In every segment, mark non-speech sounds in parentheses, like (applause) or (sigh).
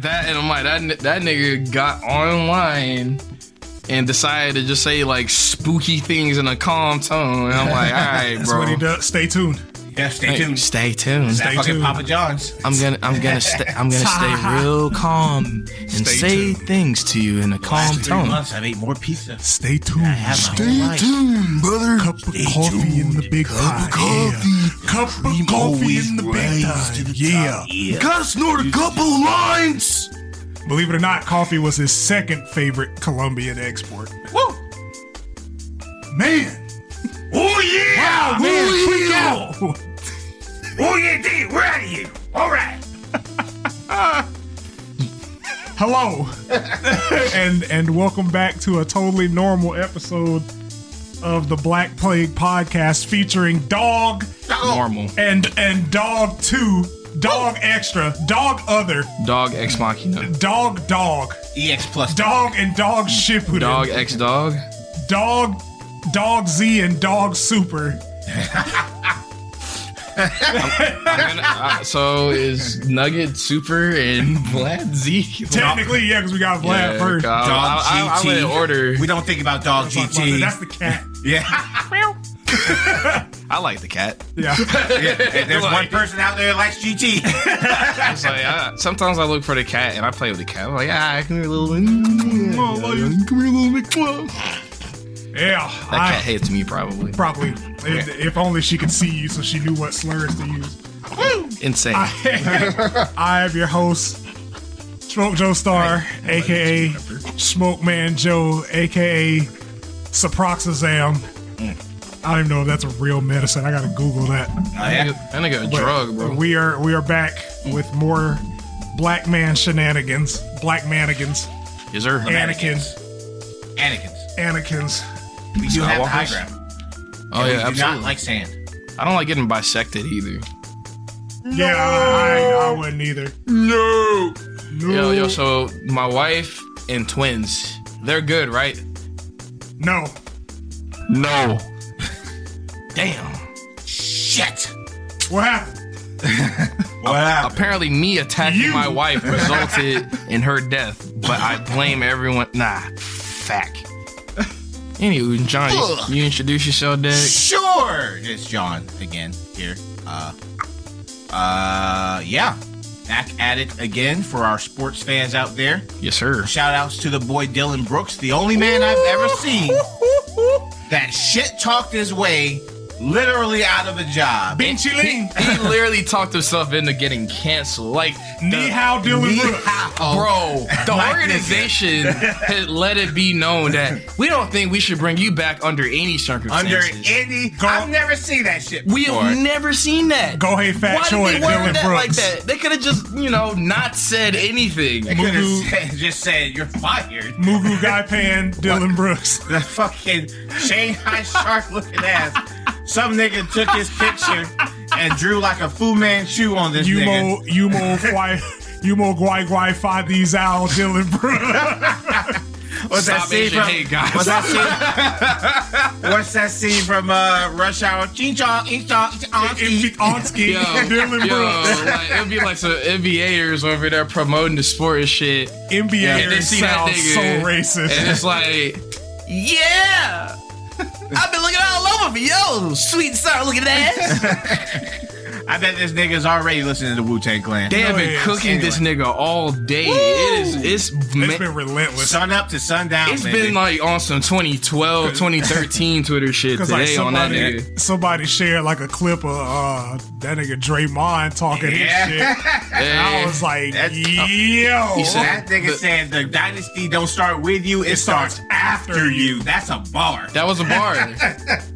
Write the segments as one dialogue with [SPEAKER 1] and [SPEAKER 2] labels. [SPEAKER 1] that, and I'm like, that ni- that nigga got online and decided to just say like spooky things in a calm tone. And I'm like, all right,
[SPEAKER 2] That's
[SPEAKER 1] bro.
[SPEAKER 2] what he does. Stay tuned.
[SPEAKER 3] Yeah, stay
[SPEAKER 1] Hey,
[SPEAKER 3] tuned.
[SPEAKER 1] stay tuned.
[SPEAKER 3] that
[SPEAKER 2] stay
[SPEAKER 3] fucking
[SPEAKER 2] tuned.
[SPEAKER 3] Papa John's.
[SPEAKER 1] I'm gonna, I'm gonna, sta i I'm gonna stay real calm and
[SPEAKER 2] Stay
[SPEAKER 1] say
[SPEAKER 2] tuned.
[SPEAKER 1] things to you in a calm
[SPEAKER 3] Last three
[SPEAKER 1] tone.
[SPEAKER 3] months, I've ate more pizza.
[SPEAKER 2] Stay tuned.
[SPEAKER 3] have my
[SPEAKER 2] Stay
[SPEAKER 3] whole life.
[SPEAKER 2] tuned, brother. Cup of coffee in the big pot. yeah. Cup of coffee in the big time. yeah.
[SPEAKER 1] Gotta snort a couple lines.
[SPEAKER 2] Believe it or not, coffee was his second favorite Colombian export.
[SPEAKER 3] Woo!
[SPEAKER 2] Man.
[SPEAKER 3] (laughs) Oh yeah!
[SPEAKER 2] Man, freak
[SPEAKER 3] yeah.
[SPEAKER 2] out.
[SPEAKER 3] Oh yeah, D, we're out of here. All right.
[SPEAKER 2] Hello. (laughs) and and welcome back to a totally normal episode of the Black Plague podcast featuring Dog
[SPEAKER 1] Normal.
[SPEAKER 2] and and Dog 2, Dog Extra, Dog Other,
[SPEAKER 1] Dog ex machina.
[SPEAKER 2] Dog Dog,
[SPEAKER 3] EX E plus.
[SPEAKER 2] Dog and Dog Shippuden.
[SPEAKER 1] Dog ex dog.
[SPEAKER 2] Dog, Dog Z, and Dog Super.
[SPEAKER 1] uh, So is Nugget super and Vlad Zeke?
[SPEAKER 2] Technically, yeah, because we got Vlad
[SPEAKER 1] Yeah,
[SPEAKER 2] first.
[SPEAKER 1] God,
[SPEAKER 3] Dog
[SPEAKER 1] I, I, I
[SPEAKER 3] GT.
[SPEAKER 1] wouldn't order.
[SPEAKER 3] We don't think about dog
[SPEAKER 2] Fuck, mother, That's
[SPEAKER 3] GT.
[SPEAKER 2] the cat.
[SPEAKER 3] (laughs) Yeah.
[SPEAKER 1] I like the cat.
[SPEAKER 2] Yeah.
[SPEAKER 3] yeah. If There's one
[SPEAKER 1] Like-
[SPEAKER 3] person out there that likes
[SPEAKER 1] (laughs)
[SPEAKER 3] Oh, GT.
[SPEAKER 1] It's like, I, sometimes I look for the cat and I play with the cat. I'm like, ah, come here, little. Come
[SPEAKER 2] on, love you.
[SPEAKER 1] Come here, little McFluff. That
[SPEAKER 2] Yeah.
[SPEAKER 1] cat
[SPEAKER 2] I,
[SPEAKER 1] hates me probably.
[SPEAKER 2] probably. If, if only she could see you so she knew what slurs to use.
[SPEAKER 1] Insane.
[SPEAKER 2] I am your host, Smoke Joe Star, aka Smoke Man Joe, aka Suproxazam.
[SPEAKER 1] Mm.
[SPEAKER 2] I don't even know if that's a real medicine. I gotta Google that.
[SPEAKER 1] That nigga- that nigga a
[SPEAKER 2] But
[SPEAKER 1] drug, bro.
[SPEAKER 2] We are we are back with more black man shenanigans, black manigans,
[SPEAKER 1] Is there?
[SPEAKER 2] Anakin's,
[SPEAKER 3] Anakin's.
[SPEAKER 2] Anakin's.
[SPEAKER 3] We do have the high
[SPEAKER 1] Skywalkers?
[SPEAKER 3] ground.
[SPEAKER 1] Oh
[SPEAKER 3] we
[SPEAKER 1] yeah,
[SPEAKER 3] do not
[SPEAKER 1] absolutely.
[SPEAKER 3] like sand.
[SPEAKER 1] I don't like getting bisected either.
[SPEAKER 2] Yeah, I, I, I wouldn't either.
[SPEAKER 1] No.
[SPEAKER 2] No,
[SPEAKER 1] Yo, yo. So my wife and twins, they're good, right?
[SPEAKER 2] no.
[SPEAKER 1] No. Damn.
[SPEAKER 3] Shit. Uh,
[SPEAKER 2] What happened?
[SPEAKER 3] What happened?
[SPEAKER 1] Apparently, me attacking
[SPEAKER 2] You.
[SPEAKER 1] my wife resulted in her death, but I blame everyone. Nah, fact. Anywho, John,
[SPEAKER 3] Ugh.
[SPEAKER 1] you, you introduce yourself, Dick.
[SPEAKER 3] Sure. It's John again here. Uh, uh, yeah. Back at it again for our sports fans out there.
[SPEAKER 1] Yes, sir.
[SPEAKER 3] Shout outs to the boy Dylan Brooks, the only man I've ever (laughs) seen that shit talked his way literally out of a job.
[SPEAKER 2] Benchy
[SPEAKER 1] He,
[SPEAKER 2] Ling.
[SPEAKER 1] he literally talked himself into getting canceled. Like,
[SPEAKER 2] Knee how Dylan
[SPEAKER 3] Ni
[SPEAKER 2] Brooks.
[SPEAKER 3] hao.
[SPEAKER 1] bro, the
[SPEAKER 3] My nigga.
[SPEAKER 1] organization had let it be known that we don't think we should bring you back under any
[SPEAKER 3] Under
[SPEAKER 1] circumstances.
[SPEAKER 3] any,
[SPEAKER 2] Go-
[SPEAKER 3] I've never seen that shit.
[SPEAKER 1] we
[SPEAKER 3] before.
[SPEAKER 1] have never seen that.
[SPEAKER 2] Go ahead, fat
[SPEAKER 1] Why
[SPEAKER 2] Joy,
[SPEAKER 1] did they word
[SPEAKER 2] Dylan
[SPEAKER 1] that like
[SPEAKER 2] Brooks.
[SPEAKER 1] that? They could have just, you know, not said anything.
[SPEAKER 3] I could
[SPEAKER 2] Mugu-
[SPEAKER 3] have just said you're fired.
[SPEAKER 2] Mugu
[SPEAKER 1] (laughs)
[SPEAKER 2] Guy Pan, Dylan Brooks.
[SPEAKER 3] The fucking (laughs) Shanghai shark looking ass. Some nigga took his picture and drew like a Fu Manchu on this nigga.
[SPEAKER 2] Yumo, Yumo, Guai, Yumo, Guai, Guai, Five These Owl, Dylan
[SPEAKER 1] (laughs)
[SPEAKER 2] Brooks.
[SPEAKER 3] What's that
[SPEAKER 1] Stop
[SPEAKER 3] scene
[SPEAKER 1] Asian
[SPEAKER 3] from?
[SPEAKER 1] hate, guys.
[SPEAKER 3] What's that (laughs) scene? what's that scene from uh, Rush Hour? Ching chong, ching chong, ching chong, ching chong.
[SPEAKER 2] Onsky,
[SPEAKER 1] Yo,
[SPEAKER 2] (laughs) Dylan
[SPEAKER 1] yo,
[SPEAKER 2] Brooks.
[SPEAKER 1] like, it'd be like some NBAers over there promoting the sport and shit.
[SPEAKER 2] NBA
[SPEAKER 1] and they see that
[SPEAKER 2] sounds so
[SPEAKER 1] nigga, And
[SPEAKER 2] racist.
[SPEAKER 1] it's like, yeah. (laughs) I've been looking all over for yo, sweet and sour looking ass.
[SPEAKER 3] I bet this nigga's already listening to Wu Tang Clan.
[SPEAKER 1] They have
[SPEAKER 2] No,
[SPEAKER 1] been
[SPEAKER 2] yes,
[SPEAKER 1] cooking this nigga all day. It is, it's,
[SPEAKER 2] It's
[SPEAKER 1] ma-
[SPEAKER 2] been relentless.
[SPEAKER 3] Sun up to sundown.
[SPEAKER 1] it's
[SPEAKER 3] nigga.
[SPEAKER 1] been like on some 2012,
[SPEAKER 2] (laughs)
[SPEAKER 1] 2013 Twitter shit
[SPEAKER 2] Because
[SPEAKER 1] today
[SPEAKER 2] like
[SPEAKER 1] on that
[SPEAKER 2] somebody,
[SPEAKER 1] nigga.
[SPEAKER 2] somebody shared like a clip of uh, that nigga Draymond talking
[SPEAKER 3] Yeah.
[SPEAKER 2] this shit. And (laughs) I
[SPEAKER 1] Hey.
[SPEAKER 2] was like,
[SPEAKER 3] That's-
[SPEAKER 2] yo.
[SPEAKER 1] said-
[SPEAKER 3] that nigga
[SPEAKER 1] the-
[SPEAKER 3] said the dynasty don't start with you, it,
[SPEAKER 2] starts
[SPEAKER 3] starts,
[SPEAKER 2] after
[SPEAKER 3] after you. That's a bar.
[SPEAKER 1] That was a bar.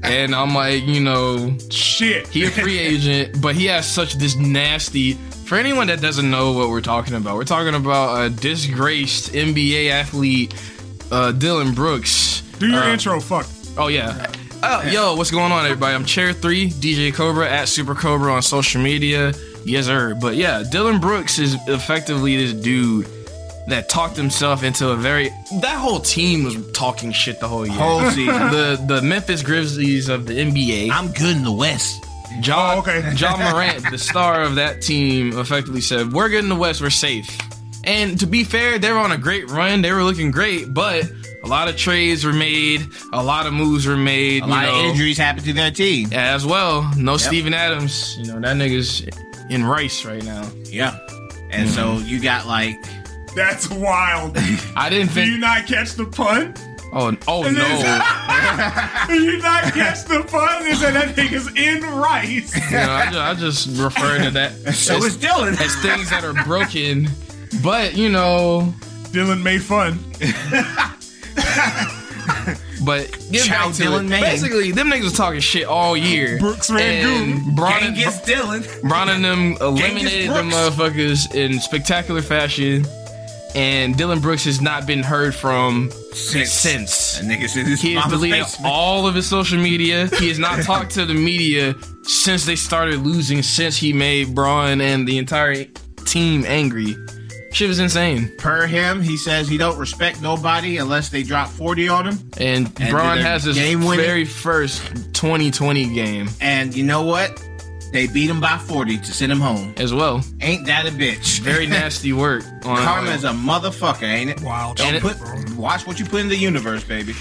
[SPEAKER 1] and I'm like, you know,
[SPEAKER 2] Shit.
[SPEAKER 1] he a
[SPEAKER 2] (laughs)
[SPEAKER 1] free agent, but he has such this nasty. For anyone that doesn't know what we're talking about, we're talking about a disgraced NBA athlete, uh, Dylan Brooks.
[SPEAKER 2] Do your
[SPEAKER 1] Uh,
[SPEAKER 2] intro, fuck.
[SPEAKER 1] Oh yeah. Oh, yo, what's going on, everybody? I'm Chair Three, DJ Cobra at Super Cobra on social media. Yes, sir. But yeah, Dylan Brooks is effectively this dude that talked himself into a very. That whole team was talking shit the whole year.
[SPEAKER 3] (laughs) Whole season.
[SPEAKER 1] the the Memphis Grizzlies of the NBA.
[SPEAKER 3] I'm good in the West.
[SPEAKER 1] John,
[SPEAKER 2] Oh, okay.
[SPEAKER 1] (laughs) John Morant, the star of that team, effectively said, "We're good in the West. We're safe." And to be fair, they were on a great run. They were looking great, but a lot of trades were made, a lot of moves were made.
[SPEAKER 3] A lot
[SPEAKER 1] you
[SPEAKER 3] of
[SPEAKER 1] know,
[SPEAKER 3] injuries happened to their team.
[SPEAKER 1] as well. No Steven Adams. You know that nigga's in rice right now.
[SPEAKER 3] Yeah. And so
[SPEAKER 1] Mm-hmm.
[SPEAKER 3] you got like
[SPEAKER 1] (laughs)
[SPEAKER 2] That's wild. Do
[SPEAKER 1] I didn't
[SPEAKER 2] you
[SPEAKER 1] think.
[SPEAKER 2] not catch the pun?
[SPEAKER 1] Oh, oh
[SPEAKER 2] And then-
[SPEAKER 1] no.
[SPEAKER 2] Do you not catch the pun? They said that nigga's
[SPEAKER 1] (laughs)
[SPEAKER 2] in rice.
[SPEAKER 1] You know, I, just, I just refer to
[SPEAKER 2] (laughs)
[SPEAKER 1] that
[SPEAKER 3] so
[SPEAKER 1] as,
[SPEAKER 3] is Dylan.
[SPEAKER 1] as things that are broken. But you know,
[SPEAKER 2] Dylan made fun.
[SPEAKER 1] but get
[SPEAKER 3] Chow
[SPEAKER 1] back to
[SPEAKER 3] Dylan
[SPEAKER 1] it.
[SPEAKER 3] Mann.
[SPEAKER 1] Basically, them niggas was talking shit all year.
[SPEAKER 2] Brooks Rangoon.
[SPEAKER 1] And Bron,
[SPEAKER 3] Genghis Dylan.
[SPEAKER 1] Bron and them eliminated them motherfuckers in spectacular fashion. And Dylan Brooks has not been heard from
[SPEAKER 3] Since.
[SPEAKER 1] since.
[SPEAKER 3] That nigga said this
[SPEAKER 1] He has
[SPEAKER 3] mama's
[SPEAKER 1] deleted
[SPEAKER 3] basement.
[SPEAKER 1] all of his social media. He has not talked to the media since they started losing, since he made Braun and the entire team angry. Shit was insane.
[SPEAKER 3] Per him, he says he don't respect nobody unless they drop 40 on him.
[SPEAKER 1] And,
[SPEAKER 3] And
[SPEAKER 1] Braun
[SPEAKER 3] did their
[SPEAKER 1] has his
[SPEAKER 3] game winning?
[SPEAKER 1] very first 2020 game
[SPEAKER 3] And you know what? They beat him by 40 to send him home.
[SPEAKER 1] as well.
[SPEAKER 3] Ain't that a bitch? (laughs)
[SPEAKER 1] Very nasty work. On,
[SPEAKER 3] Karma is a motherfucker, ain't it?
[SPEAKER 2] Wild.
[SPEAKER 1] And
[SPEAKER 3] Don't
[SPEAKER 1] it-
[SPEAKER 3] put, watch what you put in the universe, (sighs) baby.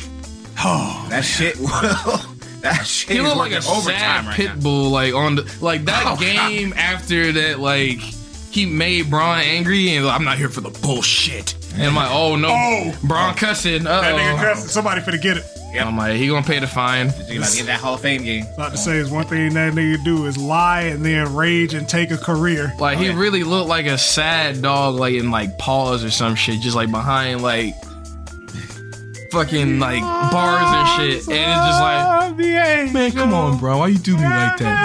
[SPEAKER 2] Oh,
[SPEAKER 3] That shit will. (laughs) That shit
[SPEAKER 1] he
[SPEAKER 3] is
[SPEAKER 1] looked like
[SPEAKER 3] working
[SPEAKER 1] a sad
[SPEAKER 3] overtime right
[SPEAKER 1] pit
[SPEAKER 3] now.
[SPEAKER 1] bull, like on the like that
[SPEAKER 3] Oh, God.
[SPEAKER 1] game after that, like he made Braun angry and like, I'm not here for the bullshit. And I'm like, oh no,
[SPEAKER 2] Oh.
[SPEAKER 1] Braun cussing. Uh
[SPEAKER 2] that nigga
[SPEAKER 1] oh.
[SPEAKER 2] cussed. Somebody finna get it.
[SPEAKER 3] Yep.
[SPEAKER 1] I'm like, he gonna pay the fine.
[SPEAKER 3] You about to get that Hall of Fame game.
[SPEAKER 2] About to say is one thing that nigga do is lie and then rage and take a career.
[SPEAKER 1] Like he
[SPEAKER 3] Okay.
[SPEAKER 1] really looked like a sad dog, like in like paws or some shit, just like behind like fucking like bars and shit, and it's just like, man, come on, bro, why you do me like that,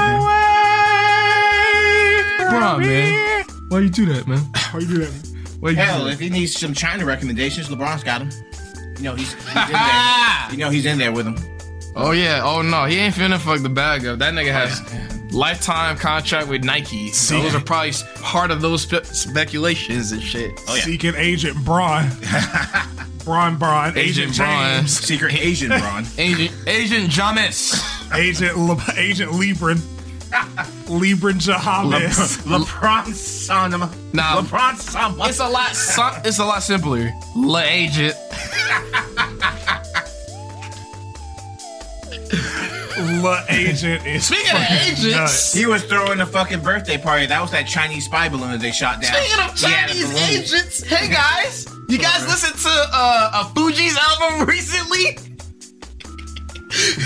[SPEAKER 1] man? Bro, man, why you do that, man?
[SPEAKER 2] How you do that?
[SPEAKER 1] Why you
[SPEAKER 3] Hell,
[SPEAKER 1] do
[SPEAKER 3] if
[SPEAKER 1] that?
[SPEAKER 3] he needs some China recommendations, LeBron's got him. You know he's, he's in
[SPEAKER 1] (laughs)
[SPEAKER 3] there. You know he's in there with him.
[SPEAKER 1] Oh yeah, oh no, he ain't finna fuck the bag up. That nigga (laughs) has lifetime contract with Nike. So those are probably s- part of those spe- speculations and shit.
[SPEAKER 3] Oh, yeah.
[SPEAKER 2] Seeking Agent Braun.
[SPEAKER 1] (laughs)
[SPEAKER 2] Braun Braun. Agent,
[SPEAKER 1] Agent Braun.
[SPEAKER 2] James.
[SPEAKER 3] Secret Asian Bron.
[SPEAKER 1] Agent Agent Jamis.
[SPEAKER 2] Agent Le- Agent Libran. Libran Jahamis.
[SPEAKER 3] (laughs) LeBron Sonoma.
[SPEAKER 1] Nah.
[SPEAKER 3] LeBron Sonoma.
[SPEAKER 1] It's a lot. sim- It's a lot simpler. La agent.
[SPEAKER 2] (laughs) Le Agent is
[SPEAKER 1] Speaking of
[SPEAKER 2] fucking
[SPEAKER 1] agents,
[SPEAKER 2] nuts.
[SPEAKER 3] He was throwing a fucking birthday party. That was that Chinese spy balloon that they shot down.
[SPEAKER 1] Speaking of
[SPEAKER 3] He had it
[SPEAKER 1] Chinese
[SPEAKER 3] balloon.
[SPEAKER 1] agents, hey guys, you guys listened to uh, a Fuji's album (laughs) recently?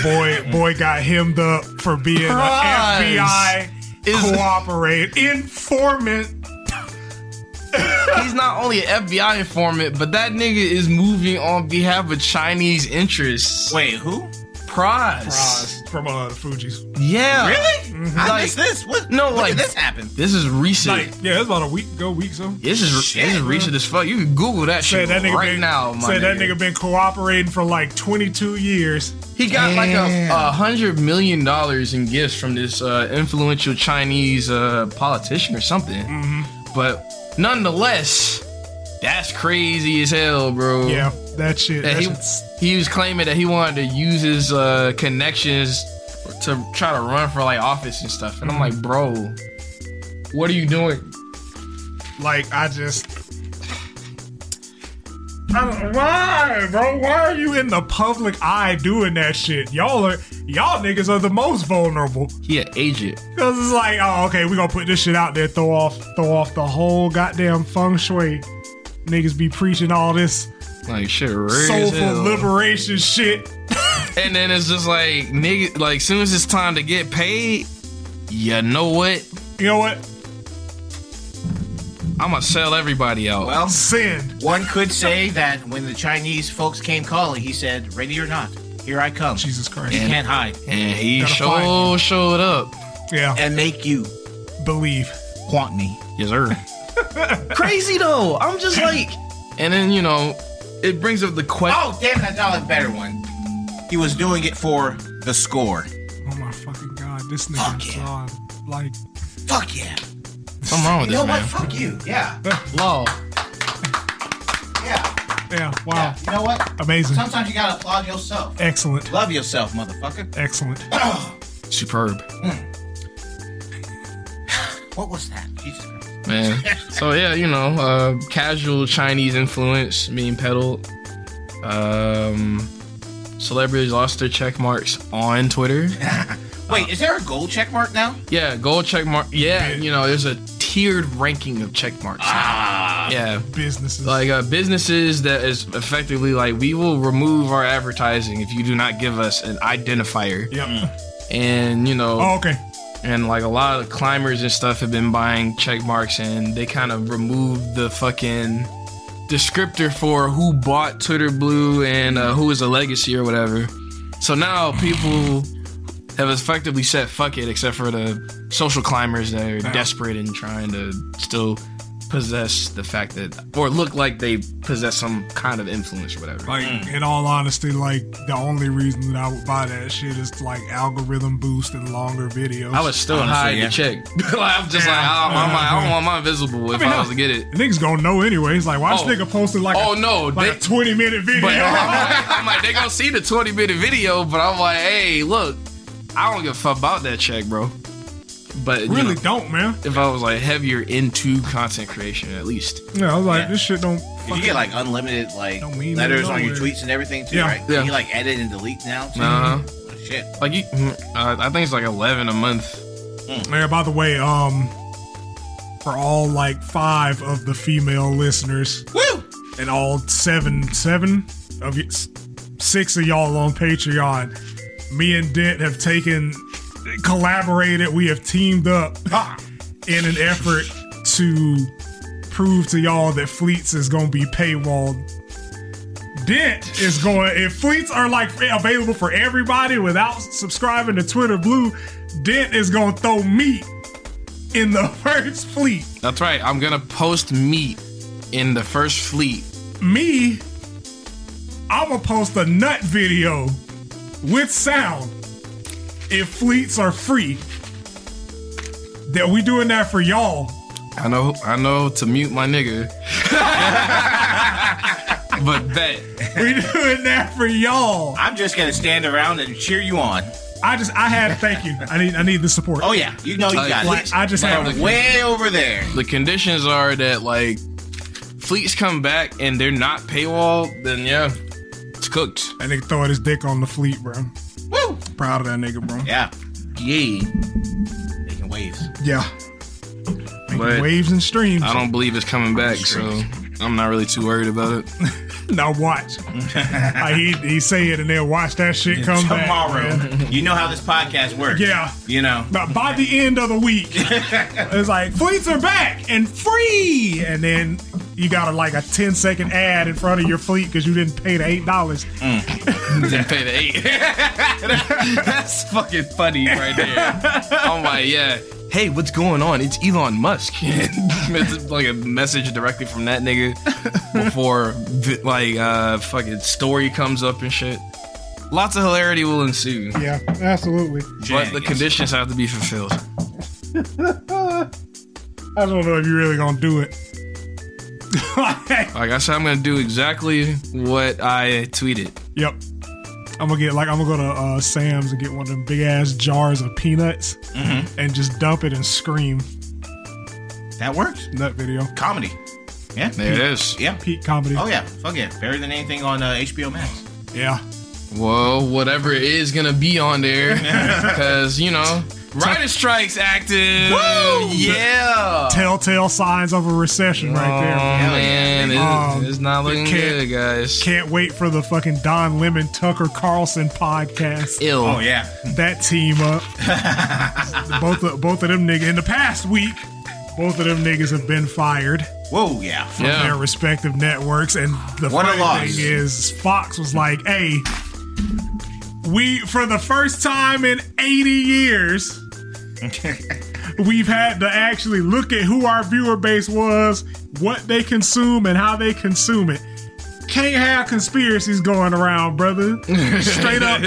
[SPEAKER 2] boy boy got hemmed up for being an
[SPEAKER 1] Prize
[SPEAKER 2] FBI
[SPEAKER 1] is-
[SPEAKER 2] cooperate informant.
[SPEAKER 1] He's not only an FBI informant, but that nigga is moving on behalf of Chinese interests.
[SPEAKER 3] Wait, who?
[SPEAKER 1] prize.
[SPEAKER 2] Prize from uh, the Fugees.
[SPEAKER 1] Yeah.
[SPEAKER 3] Really? I
[SPEAKER 1] Like-
[SPEAKER 3] missed this. What?
[SPEAKER 1] No,
[SPEAKER 3] when
[SPEAKER 1] like-
[SPEAKER 3] did this happen?
[SPEAKER 1] This is recent.
[SPEAKER 2] Like, yeah, it was about a week ago, week so.
[SPEAKER 1] this is
[SPEAKER 3] Shit,
[SPEAKER 1] this is recent as fuck. You can Google that
[SPEAKER 2] Say
[SPEAKER 1] shit
[SPEAKER 2] that nigga
[SPEAKER 1] right
[SPEAKER 2] been,
[SPEAKER 1] now, my
[SPEAKER 2] say that
[SPEAKER 1] nigga.
[SPEAKER 2] nigga been cooperating for like 22 years.
[SPEAKER 1] He got like a,
[SPEAKER 3] Damn.
[SPEAKER 1] a hundred million dollars in gifts from this uh, influential Chinese uh, politician or something.
[SPEAKER 2] Mm-hmm.
[SPEAKER 1] But nonetheless, that's crazy as hell, bro.
[SPEAKER 2] Yeah, that
[SPEAKER 1] And
[SPEAKER 2] shit. That
[SPEAKER 1] he,
[SPEAKER 2] shit's-
[SPEAKER 1] he was claiming that he wanted to use his uh, connections to try to run for like office and stuff. And I'm like, bro, what are you doing?
[SPEAKER 2] Like I just. I don't- why, bro? Why are you in the public eye doing that shit? Y'all are y'all niggas are the most vulnerable.
[SPEAKER 1] He an agent.
[SPEAKER 2] Cause it's like, oh, okay, we gonna put this shit out there, throw off, throw off the whole goddamn feng shui. Niggas be preaching all this
[SPEAKER 1] Like shit, rare as
[SPEAKER 2] soulful
[SPEAKER 1] hell.
[SPEAKER 2] liberation shit.
[SPEAKER 1] And then it's just like nigga, like soon as it's time to get paid, you know what?
[SPEAKER 2] You know what?
[SPEAKER 1] I'm gonna sell everybody out.
[SPEAKER 3] Well,
[SPEAKER 2] Sin.
[SPEAKER 3] one could say that when the Chinese folks came calling, he said, "Ready or not, here I come. You
[SPEAKER 2] Jesus Christ.
[SPEAKER 3] can't hide
[SPEAKER 1] and he
[SPEAKER 2] Gotta find
[SPEAKER 1] sure showed up.
[SPEAKER 2] Yeah.
[SPEAKER 3] and make you
[SPEAKER 2] Believe.
[SPEAKER 3] want me."
[SPEAKER 1] Yes, sir. Crazy though. I'm just like, and then you know, it brings up the question.
[SPEAKER 3] Oh, damn! it, I thought of a better one. He was doing it for the score.
[SPEAKER 2] Oh my fucking god, this
[SPEAKER 3] Fuck
[SPEAKER 2] nigga's
[SPEAKER 3] yeah.
[SPEAKER 2] on. Like,
[SPEAKER 3] Fuck yeah!
[SPEAKER 1] Something wrong with
[SPEAKER 3] You know
[SPEAKER 1] this
[SPEAKER 3] what?
[SPEAKER 1] man.
[SPEAKER 3] Fuck you. Yeah.
[SPEAKER 1] Law.
[SPEAKER 3] Yeah.
[SPEAKER 2] yeah, wow,
[SPEAKER 3] Yeah. You know what?
[SPEAKER 2] amazing,
[SPEAKER 3] Sometimes you gotta applaud yourself.
[SPEAKER 2] excellent,
[SPEAKER 3] Love yourself, motherfucker.
[SPEAKER 2] excellent.
[SPEAKER 1] Superb.
[SPEAKER 3] What was that? Jesus Christ.
[SPEAKER 1] man. so yeah, you know, uh, casual Chinese influence being peddled. Um, celebrities lost their check marks on Twitter.
[SPEAKER 3] Wait, is there a gold check mark now?
[SPEAKER 1] Yeah, gold check mark. Yeah, you know, there's a tiered ranking of check marks.
[SPEAKER 3] Ah,
[SPEAKER 1] Yeah,
[SPEAKER 2] Businesses.
[SPEAKER 1] like uh, businesses that is effectively like we will remove our advertising if you do not give us an identifier.
[SPEAKER 2] yep.
[SPEAKER 3] mm.
[SPEAKER 1] And you know,
[SPEAKER 2] Oh, okay.
[SPEAKER 1] and like a lot of climbers and stuff have been buying check marks and they kind of removed the fucking descriptor for who bought twitter blue and uh, who is a legacy or whatever so now people have effectively said fuck it except for the social climbers that are desperate and trying to still possess the fact that or look like they possess some kind of influence or whatever
[SPEAKER 2] Like,
[SPEAKER 3] Mm.
[SPEAKER 2] in all honesty, like the only reason that I would buy that shit is like algorithm boost and longer videos.
[SPEAKER 1] I would still
[SPEAKER 3] Honestly,
[SPEAKER 1] hide
[SPEAKER 3] yeah.
[SPEAKER 1] the check. (laughs) like, I'm just like, I don't, I don't want my visible if I, was to get it.
[SPEAKER 2] Niggas gonna know anyways. Like, why
[SPEAKER 1] Oh.
[SPEAKER 2] this nigga posted like
[SPEAKER 1] Oh
[SPEAKER 2] a,
[SPEAKER 1] no,
[SPEAKER 2] like
[SPEAKER 1] they-
[SPEAKER 2] a twenty minute
[SPEAKER 1] (laughs)
[SPEAKER 2] video?
[SPEAKER 1] But I'm like, I'm like, they gonna see the 20 minute video, but I'm like, hey, look, I don't give a fuck about that check, bro. But you
[SPEAKER 2] really
[SPEAKER 1] know,
[SPEAKER 2] don't, man.
[SPEAKER 1] if I was like heavier into content creation, at least.
[SPEAKER 2] Yeah, I was like,
[SPEAKER 3] Yeah.
[SPEAKER 2] this shit don't.
[SPEAKER 3] Did you get like unlimited like
[SPEAKER 2] Don't mean
[SPEAKER 3] letters
[SPEAKER 2] no
[SPEAKER 3] on your
[SPEAKER 2] word.
[SPEAKER 3] tweets and everything too,
[SPEAKER 2] Yeah.
[SPEAKER 3] right?
[SPEAKER 1] Yeah.
[SPEAKER 3] Can you like edit and delete now too?
[SPEAKER 1] Uh-huh.
[SPEAKER 3] Oh, Shit.
[SPEAKER 1] Like, you, mm, uh, I think it's like 11 a month.
[SPEAKER 2] Man, by the way, um, for all like five of the female listeners
[SPEAKER 3] Woo!
[SPEAKER 2] and all seven, seven of you, s- six of y'all on Patreon, me and Dent have taken, collaborated. We have teamed up in an effort to prove to y'all that Fleets is going to be paywalled. Dent is going. If Fleets are like available for everybody without subscribing to Twitter Blue, Dent is going to throw meat in the (laughs) first fleet.
[SPEAKER 1] That's right. I'm gonna post meat in the first fleet.
[SPEAKER 2] Me, I'm gonna post a nut video with sound. If Fleets are free, that we doing that for y'all.
[SPEAKER 1] I know, I know to mute my (laughs) nigga. but bet.
[SPEAKER 2] We doing that for y'all.
[SPEAKER 3] I'm just gonna stand around and cheer you on.
[SPEAKER 2] I just I had thank you. I need I need the support.
[SPEAKER 3] Oh yeah, you know you
[SPEAKER 1] Like,
[SPEAKER 3] got
[SPEAKER 2] Like,
[SPEAKER 3] it.
[SPEAKER 2] I just
[SPEAKER 1] Like,
[SPEAKER 2] have
[SPEAKER 3] Way over there.
[SPEAKER 1] the conditions are that like fleets come back and they're not paywall, then yeah, it's cooked.
[SPEAKER 2] that nigga throwing his dick on the fleet, bro.
[SPEAKER 3] Woo!
[SPEAKER 2] Proud of that nigga, bro.
[SPEAKER 3] Yeah,
[SPEAKER 1] Yay.
[SPEAKER 3] making waves.
[SPEAKER 2] Yeah. Making
[SPEAKER 1] But-
[SPEAKER 2] waves and streams.
[SPEAKER 1] I don't believe it's coming back, so I'm not really too worried about it.
[SPEAKER 2] Now watch. like he he say it and then watch that shit come back.
[SPEAKER 3] Tomorrow,
[SPEAKER 2] man.
[SPEAKER 3] you know how this podcast works.
[SPEAKER 2] Yeah.
[SPEAKER 3] you know.
[SPEAKER 2] But by the end of the (laughs) week, it's like fleets are back and free, and then you got a, like a 10 second ad in front of your fleet because you didn't pay the eight dollars.
[SPEAKER 1] (laughs) Didn't pay the eight. (laughs) That's fucking funny right
[SPEAKER 3] (laughs)
[SPEAKER 1] there. (laughs) I'm like, yeah. Hey, what's going on? It's Elon Musk. (laughs) it's like a message directly from that (laughs) nigga before vi- like uh fucking story comes up and shit. Lots of hilarity will ensue.
[SPEAKER 2] (laughs) Yeah, absolutely.
[SPEAKER 1] But the
[SPEAKER 3] Shenanigans.
[SPEAKER 1] conditions have to be fulfilled.
[SPEAKER 2] I don't know if you're really gonna do it. (laughs) Like,
[SPEAKER 1] Like I said, I'm gonna do exactly what I tweeted.
[SPEAKER 2] Yep. I'm gonna get like I'm gonna go to uh, Sam's and get one of them big ass jars of peanuts and just dump it and scream
[SPEAKER 3] That works.
[SPEAKER 2] nut video.
[SPEAKER 3] Comedy. Yeah.
[SPEAKER 1] There it is.
[SPEAKER 3] Yeah.
[SPEAKER 2] Peak comedy.
[SPEAKER 3] Oh yeah. Fuck yeah. Better than anything on uh, HBO Max.
[SPEAKER 2] yeah.
[SPEAKER 1] Well, whatever it is gonna be on (laughs) there, because you know, writer strikes active.
[SPEAKER 2] Woo!
[SPEAKER 1] Yeah.
[SPEAKER 2] Telltale signs of a recession right there.
[SPEAKER 1] Oh, man, it-
[SPEAKER 2] Um,
[SPEAKER 1] it's not looking
[SPEAKER 2] can't-
[SPEAKER 1] good, guys.
[SPEAKER 2] Can't wait for the fucking Don Lemon Tucker Carlson podcast.
[SPEAKER 1] Ill.
[SPEAKER 3] Oh yeah.
[SPEAKER 2] that team up. both of, both of them niggas in the past week, both of them niggas have been fired
[SPEAKER 3] Whoa yeah.
[SPEAKER 2] from
[SPEAKER 1] Yeah.
[SPEAKER 2] their respective networks. And the
[SPEAKER 3] What a
[SPEAKER 2] funny
[SPEAKER 3] loss.
[SPEAKER 2] thing is, Fox was like, "Hey, we for the first time in 80 years."
[SPEAKER 3] (laughs)
[SPEAKER 2] We've had to actually look at who our viewer base was, what they consume, and how they consume it. Can't have conspiracies going around, brother. Straight up,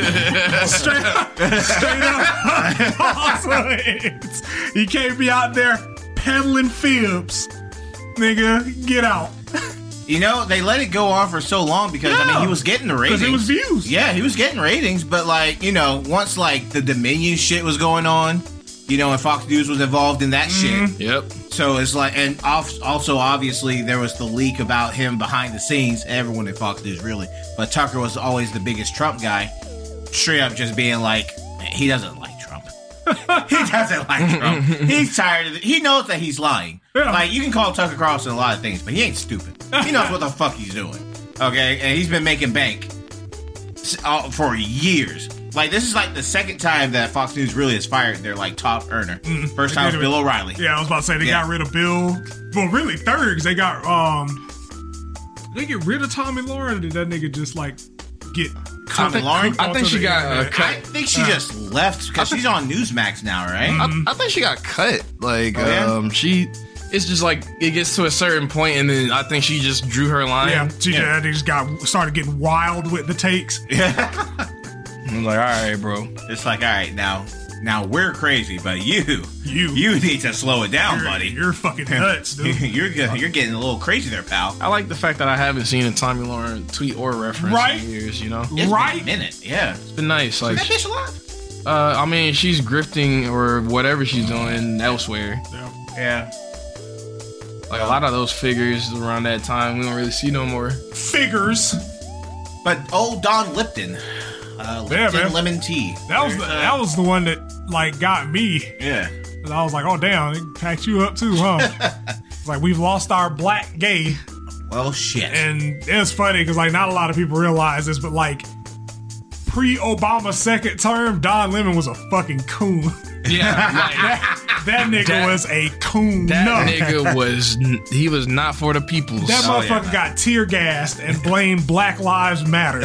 [SPEAKER 2] straight up, straight up. falsehoods. you can't be out there peddling fibs, nigga. Get out.
[SPEAKER 3] You know they let it go on for so long because I mean
[SPEAKER 2] Yeah.
[SPEAKER 3] he was getting the ratings.
[SPEAKER 2] Because it was views.
[SPEAKER 3] Yeah, he was getting ratings, but like you know, once like the Dominion shit was going on, You know, and Fox News was involved in that
[SPEAKER 2] Mm-hmm.
[SPEAKER 3] shit.
[SPEAKER 1] Yep.
[SPEAKER 3] So it's like, and off, also obviously there was the leak about him behind the scenes. Everyone at Fox News really, but Tucker was always the biggest Trump guy. Straight up, just being like, "Man, he doesn't like Trump. (laughs) he doesn't
[SPEAKER 2] (laughs)
[SPEAKER 3] like Trump. He's tired of it. He knows that he's lying.
[SPEAKER 2] Yeah.
[SPEAKER 3] Like you can call Tucker Carlson a lot of things, but he ain't stupid. He knows what the fuck he's doing. Okay, and he's been making bank s- uh, for years. Like this is like the second time that Fox News really has fired their like top earner. First time was
[SPEAKER 2] did Mm-hmm. it.
[SPEAKER 3] Bill O'Reilly.
[SPEAKER 2] Yeah, I was about to say they
[SPEAKER 3] Yeah.
[SPEAKER 2] got rid of Bill. Well, really, third 'cause they got um, they get rid of Tommy Lauren. Did that nigga just like get?
[SPEAKER 3] Tommy
[SPEAKER 1] think-
[SPEAKER 3] Lauren?
[SPEAKER 1] I think she got, uh,
[SPEAKER 2] cut.
[SPEAKER 1] cut.
[SPEAKER 3] I think she just left because she's on Newsmax now, right?
[SPEAKER 2] Mm-hmm.
[SPEAKER 1] I, I think she got cut. Like,
[SPEAKER 3] Oh, yeah?
[SPEAKER 1] um, she. It's just like it gets to a certain point, and then I think she just drew her line.
[SPEAKER 2] Yeah, she
[SPEAKER 3] Yeah.
[SPEAKER 2] Just, they just got started getting wild with the takes.
[SPEAKER 1] I was like, all right, bro.
[SPEAKER 3] It's like, all right, now, now we're crazy, but you,
[SPEAKER 2] You.
[SPEAKER 3] (laughs) you need to slow it down,
[SPEAKER 2] You're-
[SPEAKER 3] buddy.
[SPEAKER 2] You're fucking nuts, dude.
[SPEAKER 3] You're good. You're getting a little crazy there, pal.
[SPEAKER 1] I like the fact that I haven't seen a Tommy Lauren tweet or reference
[SPEAKER 2] Right?
[SPEAKER 1] in years. You know,
[SPEAKER 3] (laughs) It's been a
[SPEAKER 2] Right.
[SPEAKER 3] minute, yeah. Is
[SPEAKER 1] it's been nice. Like,
[SPEAKER 3] that bitch alive?
[SPEAKER 1] uh, I mean, she's grifting or whatever she's doing elsewhere.
[SPEAKER 2] Yeah.
[SPEAKER 3] Yeah.
[SPEAKER 1] Like a lot of those figures around that time, we don't really see no more.
[SPEAKER 2] Figures.
[SPEAKER 3] But old Don Lipton, uh,
[SPEAKER 2] Yeah,
[SPEAKER 3] Lipton
[SPEAKER 2] man.
[SPEAKER 3] lemon tea.
[SPEAKER 2] That was the,
[SPEAKER 3] There's, uh,
[SPEAKER 2] that was the one that like got me.
[SPEAKER 3] yeah.
[SPEAKER 2] And I was like, oh damn, it packed you up too,
[SPEAKER 3] (laughs)
[SPEAKER 2] huh? it's like we've lost our black gay,
[SPEAKER 3] Well, shit.
[SPEAKER 2] and it's funny because like not a lot of people realize this, but like pre-Obama second term, Don Lemon was a fucking coon. (laughs)
[SPEAKER 1] Yeah,
[SPEAKER 2] That nigga
[SPEAKER 1] That-
[SPEAKER 2] was a
[SPEAKER 1] (laughs)
[SPEAKER 2] coon.
[SPEAKER 1] that
[SPEAKER 2] nut.
[SPEAKER 1] nigga was he was not for the people.
[SPEAKER 2] That
[SPEAKER 3] Oh, yeah,
[SPEAKER 2] motherfucker
[SPEAKER 3] man.
[SPEAKER 2] got tear gassed and blamed Black Lives
[SPEAKER 3] (laughs)
[SPEAKER 2] Matter.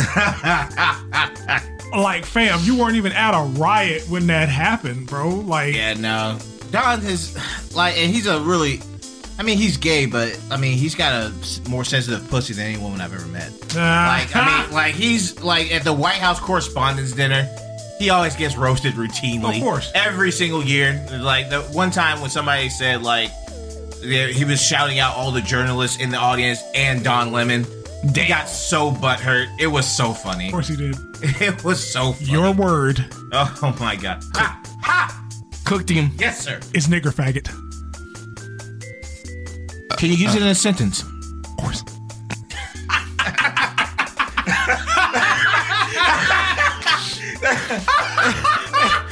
[SPEAKER 2] like, fam, you weren't even at a riot when that happened, bro. Like,
[SPEAKER 3] Yeah, no. uh, Don is like, and he's a really, I mean, he's gay, but I mean, he's got a s- more sensitive pussy than any woman I've ever met.
[SPEAKER 2] nah. (laughs)
[SPEAKER 3] Like, I mean, like he's like at the White House Correspondents' Dinner. He always gets roasted routinely,
[SPEAKER 2] Of course.
[SPEAKER 3] every single year. Like the one time when somebody said like there- he was shouting out all the journalists in the audience and Don Lemon. They got so butthurt. It was so funny. (laughs)
[SPEAKER 2] of course he did.
[SPEAKER 3] It was so funny.
[SPEAKER 2] Your word
[SPEAKER 3] oh my god. Ha! Ha!
[SPEAKER 1] cooked him.
[SPEAKER 3] Yes, sir.
[SPEAKER 2] is nigger faggot.
[SPEAKER 3] Can you use it in a sentence?
[SPEAKER 2] Of course.
[SPEAKER 3] (laughs)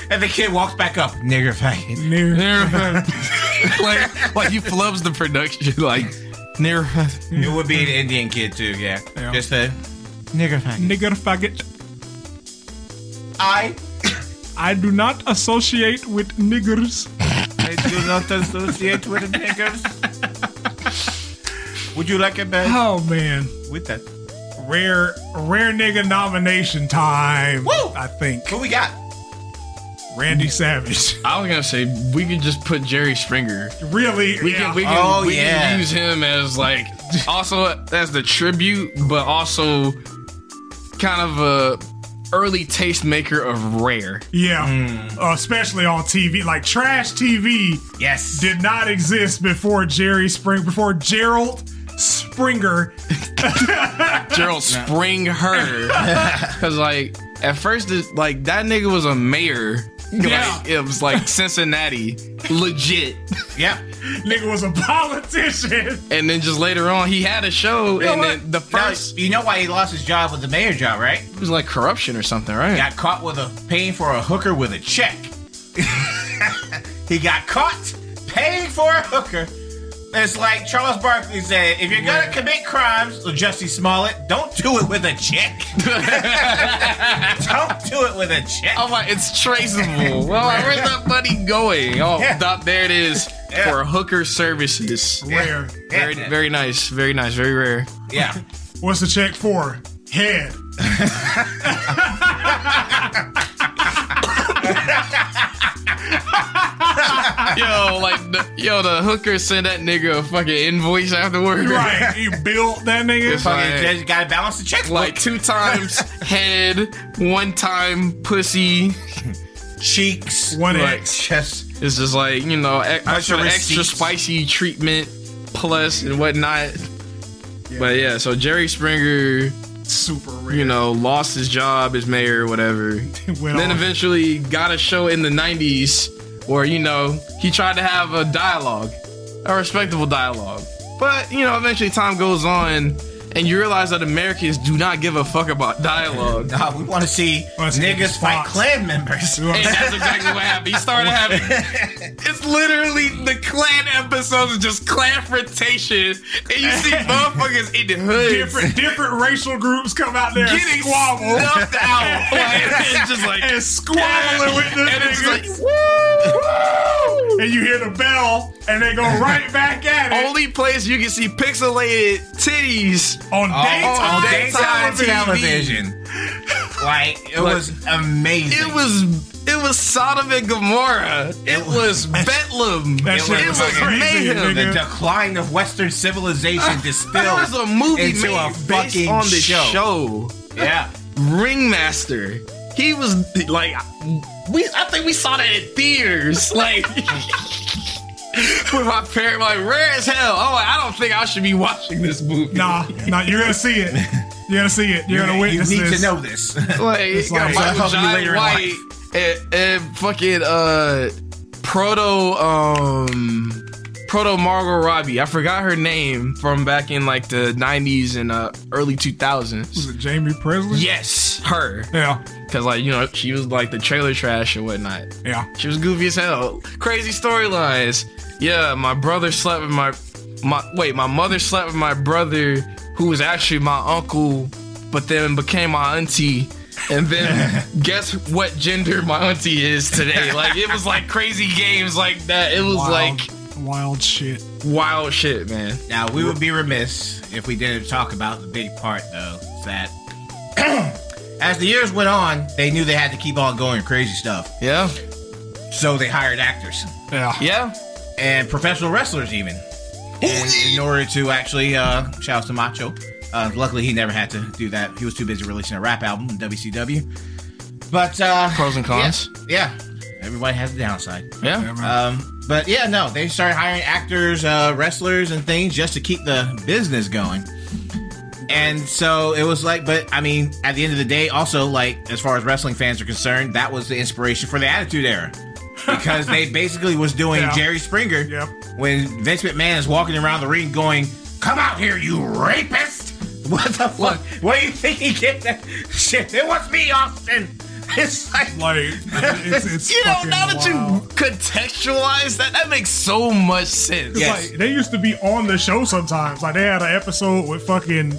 [SPEAKER 3] And the kid walks back up. Nigger faggot.
[SPEAKER 2] Nigger.
[SPEAKER 3] (laughs)
[SPEAKER 1] (laughs) like, like he flubs the production. (laughs) Like, near.
[SPEAKER 3] It would be an Indian kid too, yeah.
[SPEAKER 2] Yeah.
[SPEAKER 3] Just a nigger faggot.
[SPEAKER 2] Nigger faggot.
[SPEAKER 3] I
[SPEAKER 2] I do not associate with
[SPEAKER 3] (laughs)
[SPEAKER 2] niggers.
[SPEAKER 3] I do not associate with niggers. Would you like a bed
[SPEAKER 2] Oh, man.
[SPEAKER 3] with that?
[SPEAKER 2] Rare, rare nigga nomination time.
[SPEAKER 3] Woo!
[SPEAKER 2] I think.
[SPEAKER 3] Who we got?
[SPEAKER 2] Randy Savage.
[SPEAKER 1] I was gonna say we could just put Jerry Springer.
[SPEAKER 2] really?
[SPEAKER 1] We
[SPEAKER 2] yeah.
[SPEAKER 1] can we can,
[SPEAKER 3] Oh,
[SPEAKER 1] we
[SPEAKER 3] yeah.
[SPEAKER 1] can use him as like also as the tribute, but also kind of a early tastemaker of rare.
[SPEAKER 2] Yeah,
[SPEAKER 1] Hmm.
[SPEAKER 2] Uh, especially on TV, like trash TV
[SPEAKER 3] Yes.
[SPEAKER 2] did not exist before Jerry Spring, before Gerald Springer.
[SPEAKER 1] Gerald Spring her because like at first it, like that nigga was a mayor.
[SPEAKER 2] Yeah.
[SPEAKER 1] Like, it was like Cincinnati, legit.
[SPEAKER 3] yeah.
[SPEAKER 2] Nigga was a (laughs) politician.
[SPEAKER 1] And then just later on, he had a show,
[SPEAKER 2] know
[SPEAKER 1] and
[SPEAKER 2] what?
[SPEAKER 1] then the
[SPEAKER 3] Now,
[SPEAKER 1] first
[SPEAKER 3] you know why he lost his job with the mayor job, right?
[SPEAKER 1] it was like corruption or something, right?
[SPEAKER 3] Got caught with a paying for a hooker with a check. (laughs) he got caught paying for a hooker. It's like Charles Barkley said, if you're gonna commit crimes, Jussie Smollett, don't do it with a
[SPEAKER 1] (laughs)
[SPEAKER 3] check. don't do it with a check.
[SPEAKER 1] I'm like, it's traceable. well, like, where's that money going? Oh,
[SPEAKER 3] Yeah.
[SPEAKER 1] stop, there it is
[SPEAKER 3] Yeah.
[SPEAKER 1] for hooker services.
[SPEAKER 2] Rare.
[SPEAKER 1] Very, very nice, very nice, very rare.
[SPEAKER 3] yeah.
[SPEAKER 2] What's the check for? Head.
[SPEAKER 1] Yo, like, the, yo, the hooker sent that nigga a fucking invoice afterward. (laughs)
[SPEAKER 2] Right. you built that
[SPEAKER 1] It's
[SPEAKER 2] nigga.
[SPEAKER 1] like-
[SPEAKER 3] Fucking just gotta balance the checkbook.
[SPEAKER 1] Like two times head, one time pussy.
[SPEAKER 3] cheeks,
[SPEAKER 2] One
[SPEAKER 3] like,
[SPEAKER 2] X.
[SPEAKER 3] chest.
[SPEAKER 1] It's just like you know, e-
[SPEAKER 3] Bunch
[SPEAKER 1] extra,
[SPEAKER 3] of
[SPEAKER 1] extra
[SPEAKER 3] receipts.
[SPEAKER 1] spicy treatment plus and whatnot. But yeah, so Jerry Springer,
[SPEAKER 2] Super rare.
[SPEAKER 1] you know, lost his job as mayor or whatever.
[SPEAKER 2] Went
[SPEAKER 1] then
[SPEAKER 2] on.
[SPEAKER 1] eventually got a show in the 90s or you know, he tried to have a dialogue, a respectable dialogue. But you know, eventually time goes on, and you realize that Americans do not give a fuck about dialogue.
[SPEAKER 3] Nah, we want to see
[SPEAKER 2] Wanna see
[SPEAKER 3] niggas
[SPEAKER 2] niggas
[SPEAKER 3] fight
[SPEAKER 2] box.
[SPEAKER 3] clan members.
[SPEAKER 1] And that's exactly what happened. He started having it's literally the clan episodes of just clan confrontation, and you see motherfuckers in the hood
[SPEAKER 2] different different racial groups come out there and
[SPEAKER 1] getting
[SPEAKER 2] squabble
[SPEAKER 1] snuffed
[SPEAKER 2] (laughs)
[SPEAKER 1] out. Like, it's just like
[SPEAKER 2] and squabbling with the
[SPEAKER 1] and it's
[SPEAKER 2] niggas.
[SPEAKER 1] like woo.
[SPEAKER 2] and you hear the bell,
[SPEAKER 1] (laughs)
[SPEAKER 2] and they go right back at it
[SPEAKER 1] only place you can see pixelated titties.
[SPEAKER 2] on daytime,
[SPEAKER 1] Oh, on
[SPEAKER 3] daytime
[SPEAKER 1] daytime
[SPEAKER 3] television. like it
[SPEAKER 1] Like,
[SPEAKER 3] was amazing.
[SPEAKER 1] It was it was Sodom and Gomorrah. It was Bedlam.
[SPEAKER 2] That
[SPEAKER 1] It was,
[SPEAKER 2] shit was crazy,
[SPEAKER 1] mayhem.
[SPEAKER 2] nigga.
[SPEAKER 3] the decline of
[SPEAKER 2] (laughs)
[SPEAKER 3] Western civilization
[SPEAKER 1] There
[SPEAKER 3] distilled
[SPEAKER 1] was a movie
[SPEAKER 3] into
[SPEAKER 1] made
[SPEAKER 3] a
[SPEAKER 1] based
[SPEAKER 3] fucking
[SPEAKER 1] on this
[SPEAKER 3] show.
[SPEAKER 1] show.
[SPEAKER 3] Yeah,
[SPEAKER 1] Ringmaster. He was like, we. I think we saw that in theaters. Like, (laughs) with my parent, like, rare as hell. Oh, I don't think I should be watching this movie.
[SPEAKER 2] Nah, nah, you're gonna see it. You're gonna see it. You're gonna
[SPEAKER 3] you
[SPEAKER 2] witness
[SPEAKER 3] need
[SPEAKER 2] this.
[SPEAKER 3] to know
[SPEAKER 2] (laughs)
[SPEAKER 3] this.
[SPEAKER 1] like, got
[SPEAKER 2] like-
[SPEAKER 1] Michael
[SPEAKER 3] I'll help you
[SPEAKER 1] John
[SPEAKER 3] later in
[SPEAKER 1] White and, and fucking uh proto um proto Margot Robbie. I forgot her name from back in like the '90s and uh, early 2000s.
[SPEAKER 2] Was it Jamie Presley?
[SPEAKER 1] Yes, her.
[SPEAKER 2] Yeah.
[SPEAKER 1] Cause like you know she was like the trailer trash and whatnot.
[SPEAKER 2] Yeah.
[SPEAKER 1] She was goofy as hell. Crazy storylines. Yeah, my brother slept with my my wait, my mother slept with my brother who was actually my uncle, but then became my auntie. And then guess what gender my auntie is today? Like it was like crazy games like that. It was
[SPEAKER 2] Wild,
[SPEAKER 1] like
[SPEAKER 2] wild shit.
[SPEAKER 1] wild shit, man.
[SPEAKER 3] Now we would be remiss if we didn't talk about the big part though, is that (clears throat) as the years went on, they knew they had to keep on going crazy stuff.
[SPEAKER 1] Yeah.
[SPEAKER 3] So they hired actors
[SPEAKER 2] Yeah.
[SPEAKER 1] Yeah.
[SPEAKER 3] and professional wrestlers even. And in order to actually uh shout out to Macho. Uh, luckily he never had to do that. He was too busy releasing a rap album in WCW. But uh
[SPEAKER 1] Pros and cons.
[SPEAKER 3] yeah. Everybody has a downside.
[SPEAKER 1] Yeah.
[SPEAKER 2] Yeah, man.
[SPEAKER 3] Um, but yeah, no, they started hiring actors, uh, wrestlers, and things just to keep the business going. And so it was like, but I mean, at the end of the day, also like as far as wrestling fans are concerned, that was the inspiration for the Attitude Era because they basically was doing
[SPEAKER 2] Yeah.
[SPEAKER 3] Jerry Springer
[SPEAKER 2] Yep.
[SPEAKER 3] when Vince McMahon is walking around the ring going, "Come out here, you rapist! (laughs) What the fuck?
[SPEAKER 1] Look.
[SPEAKER 3] Where do you think he get that (laughs) shit? It was me, Austin." (laughs) It's like,
[SPEAKER 2] Like it's,
[SPEAKER 1] (laughs)
[SPEAKER 2] it's
[SPEAKER 1] You know,
[SPEAKER 2] fucking
[SPEAKER 1] now that you
[SPEAKER 2] wild.
[SPEAKER 1] contextualize that, that makes so much sense.
[SPEAKER 3] Yeah.
[SPEAKER 2] It's Like they used to be on the show sometimes. Like they had an episode with fucking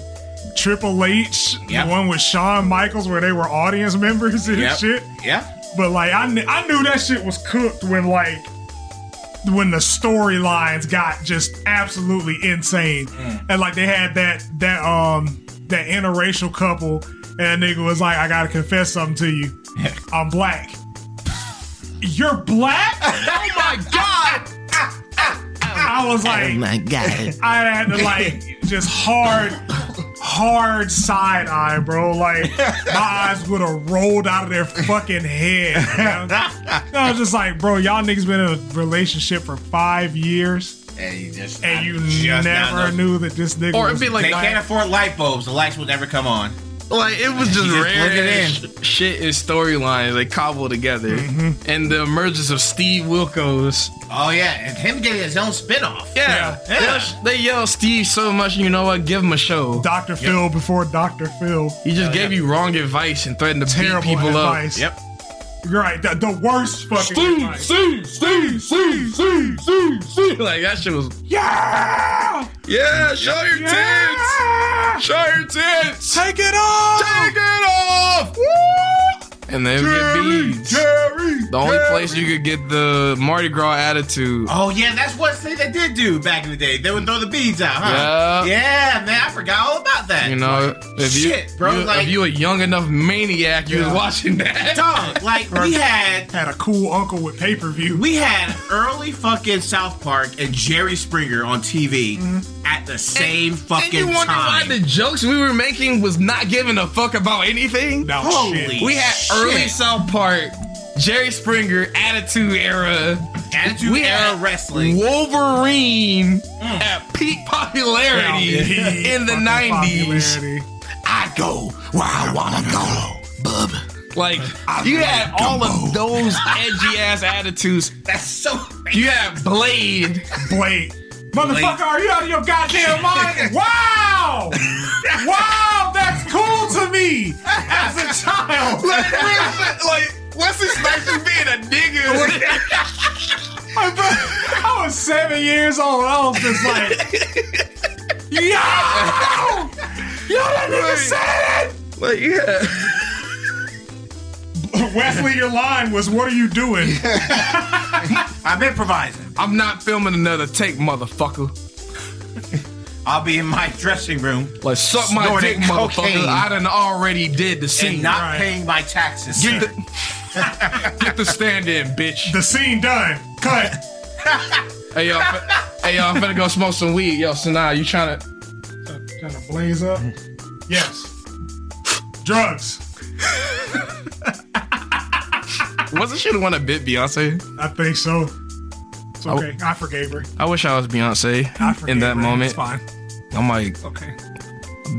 [SPEAKER 2] Triple H,
[SPEAKER 3] Yep.
[SPEAKER 2] the one with Shawn Michaels where they were audience (laughs) members and
[SPEAKER 3] Yep.
[SPEAKER 2] shit.
[SPEAKER 3] yeah, (laughs)
[SPEAKER 2] But like I, kn- I knew that shit was cooked when like when the storylines got just absolutely insane, and like they had that that um that interracial couple, and a nigga was like, I gotta confess something to you, I'm black. You're black?
[SPEAKER 1] Oh my god!
[SPEAKER 2] I was like,
[SPEAKER 3] Oh, my (laughs) god.
[SPEAKER 2] I had to like just hard, hard side eye, bro. Like my eyes would have rolled out of their fucking head. man. I was just like, bro, y'all niggas been in a relationship for five years,
[SPEAKER 3] And you just
[SPEAKER 2] and you
[SPEAKER 3] just now
[SPEAKER 2] never
[SPEAKER 3] know.
[SPEAKER 2] knew that this nigga.
[SPEAKER 1] Or
[SPEAKER 2] was
[SPEAKER 1] it'd be like
[SPEAKER 3] they can't afford light bulbs. The lights will never come on.
[SPEAKER 1] Like it was just
[SPEAKER 3] You just
[SPEAKER 1] rare
[SPEAKER 3] plug it
[SPEAKER 1] as sh- shit and storylines they cobbled together, and the emergence of Steve Wilkos.
[SPEAKER 3] Oh yeah, and him getting his own spinoff.
[SPEAKER 1] Yeah,
[SPEAKER 3] Yeah.
[SPEAKER 1] They, yell, they yell Steve so much, you know what? Give him a show.
[SPEAKER 2] Dr. Phil before Dr. Phil.
[SPEAKER 1] He just gave you wrong advice and threatened to beat
[SPEAKER 2] Terrible
[SPEAKER 1] people
[SPEAKER 2] advice.
[SPEAKER 3] Yep.
[SPEAKER 2] You're right. The, the worst fucking.
[SPEAKER 1] up.
[SPEAKER 2] advice.
[SPEAKER 1] Steve, Steve, Steve, Steve, Steve, Steve. (laughs) Like that shit was.
[SPEAKER 2] Yeah. Ah!
[SPEAKER 1] Yeah, show your tits.
[SPEAKER 2] Yeah!
[SPEAKER 1] Show your tits.
[SPEAKER 2] Take it off.
[SPEAKER 1] Take it off. And then get beads.
[SPEAKER 2] Jerry.
[SPEAKER 1] The only place you could get the Mardi Gras attitude.
[SPEAKER 3] Oh yeah, that's one thing they did do back in the day. They would throw the beads out,
[SPEAKER 1] Yeah.
[SPEAKER 3] huh? Yeah, man, I forgot all about that.
[SPEAKER 1] You know, if you,
[SPEAKER 3] shit, bro,
[SPEAKER 1] you-
[SPEAKER 3] like-
[SPEAKER 1] if you a young enough maniac, you
[SPEAKER 2] Yeah.
[SPEAKER 1] was watching
[SPEAKER 3] (laughs)
[SPEAKER 1] that.
[SPEAKER 3] dog, like we had
[SPEAKER 2] Had a cool uncle with pay per view.
[SPEAKER 3] we had early fucking South Park and Jerry Springer on TV
[SPEAKER 2] Mm-hmm.
[SPEAKER 3] at the same fucking
[SPEAKER 1] And you wonder
[SPEAKER 3] time.
[SPEAKER 1] why the jokes we were making was not giving a fuck about anything.
[SPEAKER 2] No
[SPEAKER 3] Holy
[SPEAKER 2] shit.
[SPEAKER 1] We had
[SPEAKER 3] shit.
[SPEAKER 1] early South Park, Jerry Springer, Attitude Era,
[SPEAKER 3] Attitude
[SPEAKER 1] we
[SPEAKER 3] Era
[SPEAKER 1] had
[SPEAKER 3] wrestling.
[SPEAKER 1] Wolverine at peak popularity
[SPEAKER 2] Yeah.
[SPEAKER 1] (laughs) in the
[SPEAKER 2] Fucking
[SPEAKER 1] nineties.
[SPEAKER 2] popularity.
[SPEAKER 1] I go where I wanna go, bub. Like you had all of those edgy ass attitudes.
[SPEAKER 3] That's so.
[SPEAKER 1] You had Blade.
[SPEAKER 2] Blade. Motherfucker, are you out of your goddamn mind? Wow! wow, that's cool to me as a child.
[SPEAKER 4] Like,
[SPEAKER 2] (laughs)
[SPEAKER 4] really, like Wesley Snipes is being a nigga.
[SPEAKER 2] I was seven years old. I was just like, yo! Yo, that nigga said it!
[SPEAKER 4] like, yeah.
[SPEAKER 2] (laughs) Wesley, your line was, what are you doing?
[SPEAKER 3] I'm improvising.
[SPEAKER 1] I'm not filming another take, motherfucker.
[SPEAKER 3] I'll be in my dressing room
[SPEAKER 1] Like suck my
[SPEAKER 3] Snorting
[SPEAKER 1] dick, motherfucker.
[SPEAKER 3] cocaine.
[SPEAKER 1] I done already did the
[SPEAKER 3] and
[SPEAKER 1] scene.
[SPEAKER 3] not
[SPEAKER 2] right.
[SPEAKER 3] paying my taxes.
[SPEAKER 1] get
[SPEAKER 3] sir.
[SPEAKER 1] the get the stand in, bitch.
[SPEAKER 2] The scene done. Cut.
[SPEAKER 1] Hey y'all, fin- hey y'all, I'm finna go smoke some weed. Yo, Sanaa, you trying to?
[SPEAKER 2] Trying to blaze up? Yes. Drugs.
[SPEAKER 1] Wasn't she the one that bit Beyonce?
[SPEAKER 2] I think so. It's okay. I forgave her.
[SPEAKER 1] I wish I was Beyonce
[SPEAKER 2] I forgave
[SPEAKER 1] Oh. in that
[SPEAKER 2] her.
[SPEAKER 1] moment.
[SPEAKER 2] It's fine.
[SPEAKER 1] I'm like
[SPEAKER 2] It's okay.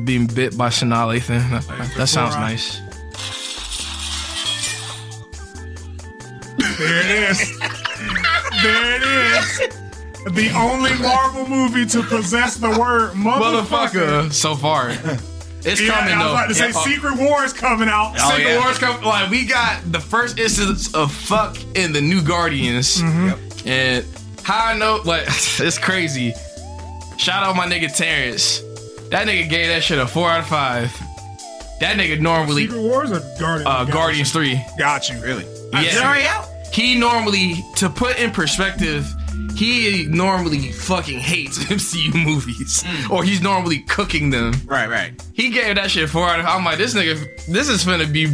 [SPEAKER 1] being bit by Sanaa Lathan. That- That sounds
[SPEAKER 2] Fluoride.
[SPEAKER 1] nice.
[SPEAKER 2] There it is. there it is. The only Marvel movie to possess the word motherfucker.
[SPEAKER 1] Motherfucker, so
[SPEAKER 2] (laughs)
[SPEAKER 1] far. It's
[SPEAKER 2] Yeah,
[SPEAKER 1] coming
[SPEAKER 2] I was
[SPEAKER 1] though.
[SPEAKER 2] about to say
[SPEAKER 1] Yeah. oh.
[SPEAKER 2] Secret War is coming out.
[SPEAKER 3] Oh,
[SPEAKER 1] Secret
[SPEAKER 3] yeah.
[SPEAKER 1] Wars come like we got the first instance of fuck in the New Guardians, and how I know (laughs) like it's crazy. Shout out my nigga Terrence. That nigga gave that shit a four out of five. That nigga normally
[SPEAKER 2] Secret Wars or Guardians?
[SPEAKER 1] uh, Guardians three.
[SPEAKER 2] Got you.
[SPEAKER 3] Really?
[SPEAKER 1] Yeah.
[SPEAKER 3] Sorry out.
[SPEAKER 1] He normally to put in perspective. He normally fucking hates (laughs) MCU movies, or he's normally cooking them.
[SPEAKER 3] Right, right.
[SPEAKER 1] He gave that shit four out of. I'm like, this nigga, this is finna be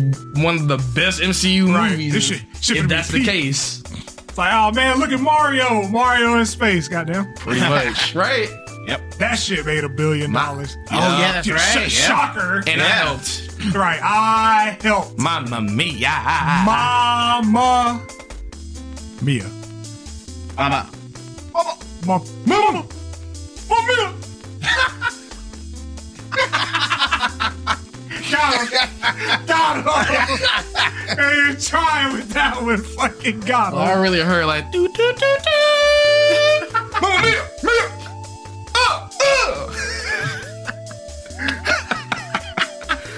[SPEAKER 1] one of the best MCU
[SPEAKER 2] Right,
[SPEAKER 1] movies.
[SPEAKER 2] this shit- shit
[SPEAKER 1] if
[SPEAKER 2] finna be
[SPEAKER 1] that's the
[SPEAKER 2] peak.
[SPEAKER 1] case,
[SPEAKER 2] It's like, oh man, look at Mario. Mario in space. Goddamn.
[SPEAKER 1] pretty much, (laughs) right?
[SPEAKER 3] Yep.
[SPEAKER 2] That shit made a billion
[SPEAKER 1] My-
[SPEAKER 2] dollars.
[SPEAKER 1] Yeah.
[SPEAKER 3] Oh yeah, that's
[SPEAKER 2] Dude,
[SPEAKER 3] right.
[SPEAKER 2] sh-
[SPEAKER 3] yeah.
[SPEAKER 2] Shocker.
[SPEAKER 1] And I
[SPEAKER 3] Yeah.
[SPEAKER 1] helped.
[SPEAKER 2] right. I helped.
[SPEAKER 1] Mama mia.
[SPEAKER 2] Mama. Mia.
[SPEAKER 3] Mama.
[SPEAKER 2] Mama. Mama. Mama. Got him. Got him. and you're trying with that one. Fucking got him.
[SPEAKER 1] I really heard like doo doo doo doo. Mama mia, mia. Uh,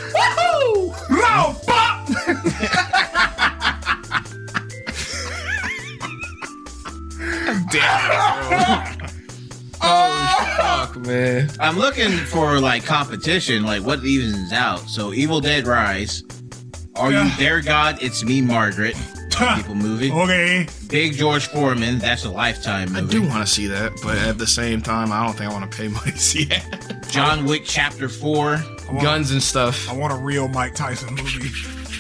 [SPEAKER 1] uh.
[SPEAKER 2] Row, bop.
[SPEAKER 1] Fuck man.
[SPEAKER 3] I'm looking for like competition, like what even is out. So Evil Dead Rise. Are
[SPEAKER 2] Yeah. Ah. Oh.
[SPEAKER 3] you there, God? It's me, Margaret. People movie.
[SPEAKER 2] Okay.
[SPEAKER 3] Big George Foreman. That's a lifetime
[SPEAKER 1] I
[SPEAKER 3] movie.
[SPEAKER 1] do want to see that, but at the same time, I don't think I want to pay money to see that.
[SPEAKER 3] John Wick Chapter Four.
[SPEAKER 1] (laughs) Guns and stuff.
[SPEAKER 2] I want a real Mike Tyson movie.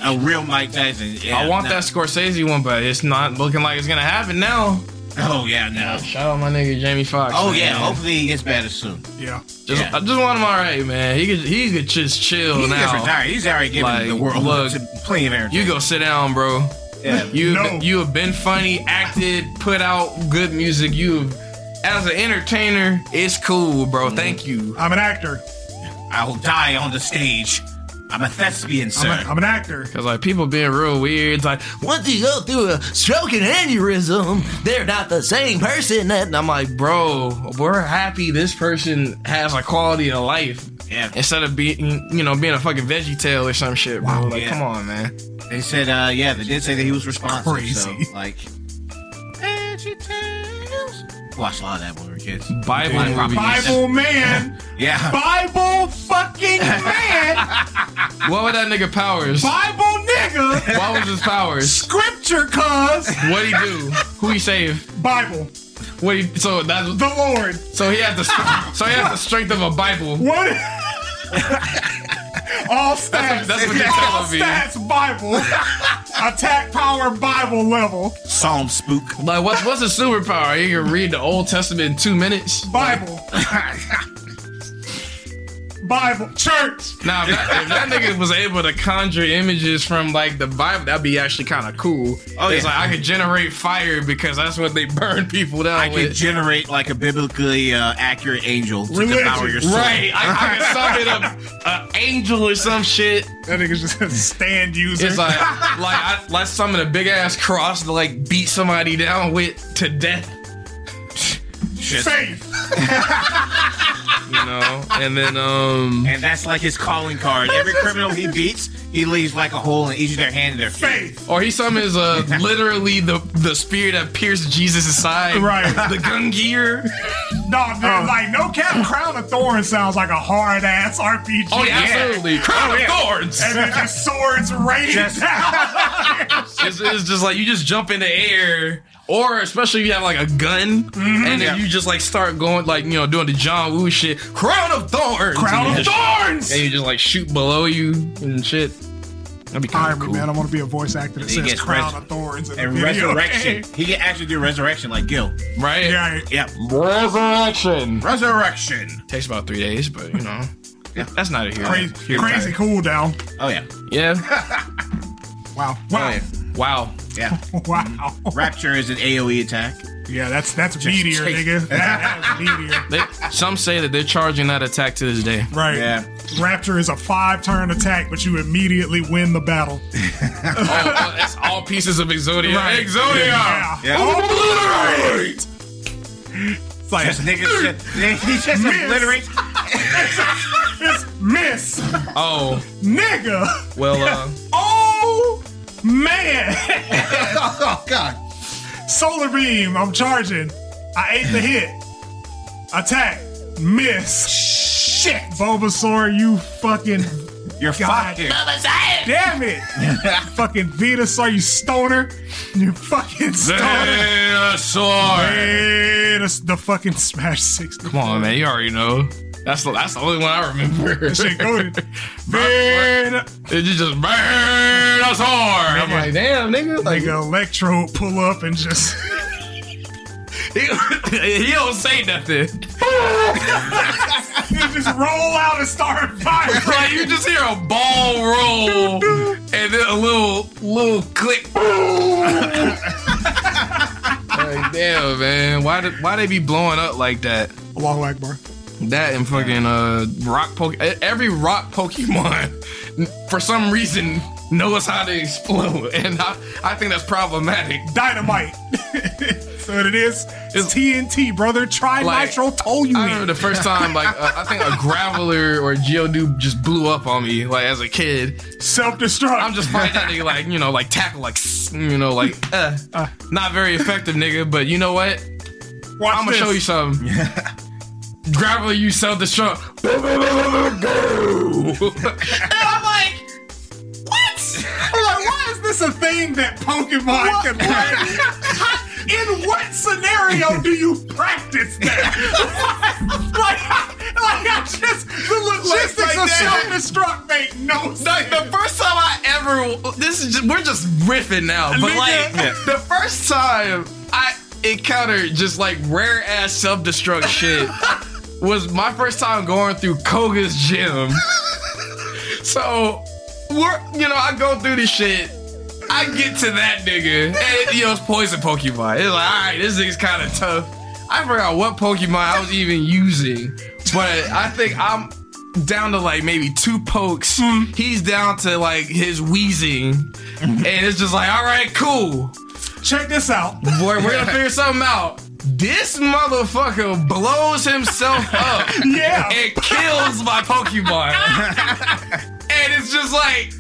[SPEAKER 3] A real Mike Tyson. Yeah,
[SPEAKER 1] I want
[SPEAKER 3] no-
[SPEAKER 1] that Scorsese one, but it's not looking like it's gonna happen now.
[SPEAKER 3] Oh yeah, no.
[SPEAKER 1] Shout out my nigga Jamie Foxx.
[SPEAKER 3] Oh
[SPEAKER 1] man.
[SPEAKER 3] yeah. Hopefully he gets better soon.
[SPEAKER 2] Yeah.
[SPEAKER 1] Just,
[SPEAKER 3] yeah.
[SPEAKER 1] I just want him all right, man. He could, he could just chill
[SPEAKER 3] He's just
[SPEAKER 1] now.
[SPEAKER 3] retired. He's already given
[SPEAKER 1] Like,
[SPEAKER 3] the world
[SPEAKER 1] look,
[SPEAKER 3] to plenty of
[SPEAKER 1] You
[SPEAKER 3] entertainment.
[SPEAKER 1] go sit down, bro.
[SPEAKER 3] Yeah.
[SPEAKER 1] You
[SPEAKER 2] No.
[SPEAKER 1] you have been funny, acted, put out good music. You, as an entertainer, it's cool, bro. Thank you.
[SPEAKER 2] I'm an actor.
[SPEAKER 3] I will die on the stage. I'm a thespian, sir.
[SPEAKER 2] I'm, a, I'm an actor.
[SPEAKER 1] Cause like people being real weird, it's like once you go through a stroke and aneurysm, they're not the same person. That and I'm like, bro, we're happy this person has a quality of life
[SPEAKER 3] yeah.
[SPEAKER 1] instead of being you know being a fucking veggie tail or some shit, bro.
[SPEAKER 2] Wow,
[SPEAKER 1] like,
[SPEAKER 3] yeah.
[SPEAKER 1] come on, man.
[SPEAKER 3] They said, uh, yeah, they did say that he was responsible.
[SPEAKER 2] Crazy.
[SPEAKER 3] So, like, Veggie Tales. Watched a lot of that when we were kids.
[SPEAKER 1] Bible
[SPEAKER 3] Like,
[SPEAKER 1] movies.
[SPEAKER 2] Bible man.
[SPEAKER 3] Yeah.
[SPEAKER 2] Bible fucking man.
[SPEAKER 1] What were that nigga powers?
[SPEAKER 2] Bible nigga.
[SPEAKER 1] What was his powers?
[SPEAKER 2] Scripture cuz.
[SPEAKER 1] What he do? Who he save?
[SPEAKER 2] Bible.
[SPEAKER 1] What he? So that's
[SPEAKER 2] The Lord.
[SPEAKER 1] so he has the str- so he has the strength of a Bible.
[SPEAKER 2] What? All stats.
[SPEAKER 1] That's what- that's what they tell
[SPEAKER 2] All
[SPEAKER 1] me.
[SPEAKER 2] stats Bible. Attack power Bible level.
[SPEAKER 3] Psalm Spook.
[SPEAKER 1] Like what's what's his superpower? He can read the Old Testament in two minutes.
[SPEAKER 2] Bible. Bible, church.
[SPEAKER 1] Now, if that, if that nigga was able to conjure images from like the Bible, that'd be actually kind of cool.
[SPEAKER 3] Oh,
[SPEAKER 1] it's
[SPEAKER 3] yeah.
[SPEAKER 1] like I could generate fire because that's what they (laughs) burn people down
[SPEAKER 3] I could
[SPEAKER 1] with.
[SPEAKER 3] generate like a biblically uh, accurate angel to
[SPEAKER 2] Religion.
[SPEAKER 3] devour your soul.
[SPEAKER 1] right, (laughs) I, I could summon up an angel or some shit.
[SPEAKER 2] That nigga's just a stand user.
[SPEAKER 1] It's (laughs) like, like I, let's summon a big ass cross to like beat somebody down with to death,
[SPEAKER 3] Just-
[SPEAKER 2] faith.
[SPEAKER 1] you know. And then um,
[SPEAKER 3] And that's like his calling card. Every criminal he beats, he leaves like a hole in each of their hand and their feet.
[SPEAKER 2] Faith.
[SPEAKER 1] or he summons uh literally the the spear that pierced Jesus' side,
[SPEAKER 2] Right.
[SPEAKER 1] The
[SPEAKER 2] (laughs)
[SPEAKER 1] Gungir.
[SPEAKER 2] No,
[SPEAKER 1] Uh.
[SPEAKER 2] man, like no cap. Crown of Thorns sounds like a hard ass RPG.
[SPEAKER 1] Oh yeah, absolutely, crown of thorns.
[SPEAKER 2] And then just swords raining
[SPEAKER 3] Just-
[SPEAKER 2] down.
[SPEAKER 1] It's, it's just like you just jump in the air, or especially if you have like a gun,
[SPEAKER 2] Mm-hmm.
[SPEAKER 1] and then you just like start going like you know doing the John Woo shit, (laughs) crown of thorns,
[SPEAKER 2] Crown
[SPEAKER 1] and
[SPEAKER 2] of
[SPEAKER 1] you just-
[SPEAKER 2] Thorns.
[SPEAKER 1] and you just like shoot below you and shit. That'd be kind
[SPEAKER 2] All
[SPEAKER 1] of
[SPEAKER 2] right,
[SPEAKER 1] cool.
[SPEAKER 2] man, I want to be a voice actor that
[SPEAKER 3] He
[SPEAKER 2] says
[SPEAKER 3] gets
[SPEAKER 2] Crown
[SPEAKER 3] res-
[SPEAKER 2] of Thorns in
[SPEAKER 3] And
[SPEAKER 2] the video
[SPEAKER 3] resurrection.
[SPEAKER 2] game.
[SPEAKER 3] He can actually do resurrection like Gil.
[SPEAKER 1] Right?
[SPEAKER 2] Yeah,
[SPEAKER 3] Yeah.
[SPEAKER 1] Resurrection.
[SPEAKER 3] Resurrection.
[SPEAKER 1] Takes about three days, but you know. That's not a hero.
[SPEAKER 2] crazy,
[SPEAKER 1] Hero
[SPEAKER 2] crazy
[SPEAKER 1] type.
[SPEAKER 2] cooldown.
[SPEAKER 3] Oh yeah.
[SPEAKER 1] Yeah.
[SPEAKER 2] Wow,
[SPEAKER 3] Oh,
[SPEAKER 2] wow,
[SPEAKER 1] Wow.
[SPEAKER 3] Yeah.
[SPEAKER 2] (laughs) wow.
[SPEAKER 3] Rapture is an AoE attack.
[SPEAKER 2] Yeah, that's that's meteor,
[SPEAKER 3] take- (laughs)
[SPEAKER 2] nigga. That, that's meteor.
[SPEAKER 1] They, some say that they're charging that attack to this day.
[SPEAKER 2] Right.
[SPEAKER 3] Yeah.
[SPEAKER 2] Rapture is a five turn attack, but you immediately win the battle.
[SPEAKER 1] Oh, oh, that's all pieces of Exodia.
[SPEAKER 2] Right.
[SPEAKER 1] Exodia!
[SPEAKER 3] Yeah. Oh.
[SPEAKER 1] Obliterate!
[SPEAKER 2] It's like
[SPEAKER 3] (laughs) Just niggas just, he just
[SPEAKER 2] Miss.
[SPEAKER 3] obliterates.
[SPEAKER 2] it's miss,
[SPEAKER 1] Oh,
[SPEAKER 2] nigga.
[SPEAKER 1] well, uh,
[SPEAKER 2] Oh man. (laughs)
[SPEAKER 3] oh god.
[SPEAKER 2] Solar beam, I'm charging. I ate the hit. Attack. Miss. Shit. Bulbasaur, you fucking
[SPEAKER 3] You're
[SPEAKER 2] God.
[SPEAKER 3] fucking
[SPEAKER 2] damn it. fucking Venusaur, you stoner. You fucking stoner.
[SPEAKER 1] Xenosaur!
[SPEAKER 2] Hey, that's the fucking Smash 60.
[SPEAKER 1] Come on, man, you already know. That's the, that's the only one I (laughs) remember.
[SPEAKER 2] That shit goaded.
[SPEAKER 1] Ven- It's just Venusaur! I'm like, damn, nigga. (laughs) Like,
[SPEAKER 2] Like an electro pull up and just (laughs)
[SPEAKER 1] he, he don't say nothing.
[SPEAKER 2] you just roll out and start firing.
[SPEAKER 1] Like you just hear a ball roll and then a little little click. like damn, man, why did, why they be blowing up like that?
[SPEAKER 2] Allahu Akbar.
[SPEAKER 1] That and fucking uh rock poke every rock Pokemon (laughs) for some reason knows how to explode, (laughs) and I, I think that's problematic.
[SPEAKER 2] Dynamite. (laughs) so it is. It's TNT, brother. Try
[SPEAKER 1] Like,
[SPEAKER 2] Nitro told you
[SPEAKER 1] I remember
[SPEAKER 2] it.
[SPEAKER 1] the first time, like uh, I think a Graveler or a Geodude just blew up on me, like as a kid.
[SPEAKER 2] Self destruct.
[SPEAKER 1] I'm just fighting that nigga like you know like tackle like you know
[SPEAKER 2] (laughs)
[SPEAKER 1] like uh, not very effective nigga. But you know what?
[SPEAKER 2] Watch
[SPEAKER 1] I'm gonna
[SPEAKER 2] this.
[SPEAKER 1] show you
[SPEAKER 2] (laughs)
[SPEAKER 1] something. Graveler, you self destruct. and I'm like, what?
[SPEAKER 2] I'm like, why is this a thing that Pokemon can learn? (laughs) In what scenario do you practice that? (laughs) like, like I just the logistics
[SPEAKER 1] like
[SPEAKER 2] of
[SPEAKER 1] that.
[SPEAKER 2] self-destruct make no
[SPEAKER 1] (laughs)
[SPEAKER 2] sense.
[SPEAKER 1] Like the first time I ever this is just, we're just riffing now, but
[SPEAKER 2] Nigga.
[SPEAKER 1] like
[SPEAKER 2] Yeah.
[SPEAKER 1] the first time I encountered just like rare ass self
[SPEAKER 2] (laughs)
[SPEAKER 1] destruct shit was my first time going through Koga's
[SPEAKER 2] (laughs)
[SPEAKER 1] gym. so we're you know I go through this shit. I get to that nigga, and it, you know, it's poison Pokemon. It's like, all right, this nigga's kind of tough. I forgot what Pokemon I was even using, but I think I'm down to like maybe two pokes. He's down to like his wheezing, and it's just like, all right, cool.
[SPEAKER 2] Check this out.
[SPEAKER 1] Boy, we're gonna figure something out. This motherfucker blows himself up
[SPEAKER 2] Yeah.
[SPEAKER 1] (laughs) and kills my Pokemon. and it's just like,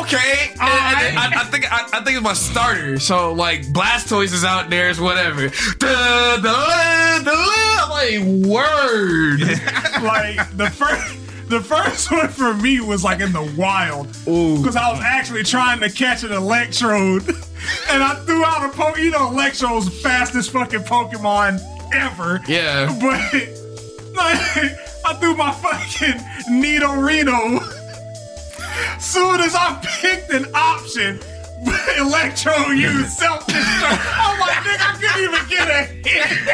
[SPEAKER 1] okay. And, and I, I think I, I think it's my starter. So like Blastoise is out there, it's whatever. Da, da, da, da, like word.
[SPEAKER 2] (laughs) like the first the first (laughs) one for me was like in the wild
[SPEAKER 1] Ooh.
[SPEAKER 2] because I was actually trying to catch an electrode (laughs) and I threw out a po you know electrode's fastest fucking Pokemon ever
[SPEAKER 1] Yeah.
[SPEAKER 2] (laughs) but like, I threw my fucking Nidorino (laughs) soon as I picked an option (laughs) Electro
[SPEAKER 1] (laughs)
[SPEAKER 2] used self destruct. I'm like, nigga, I couldn't even get
[SPEAKER 1] (laughs)
[SPEAKER 2] a hit.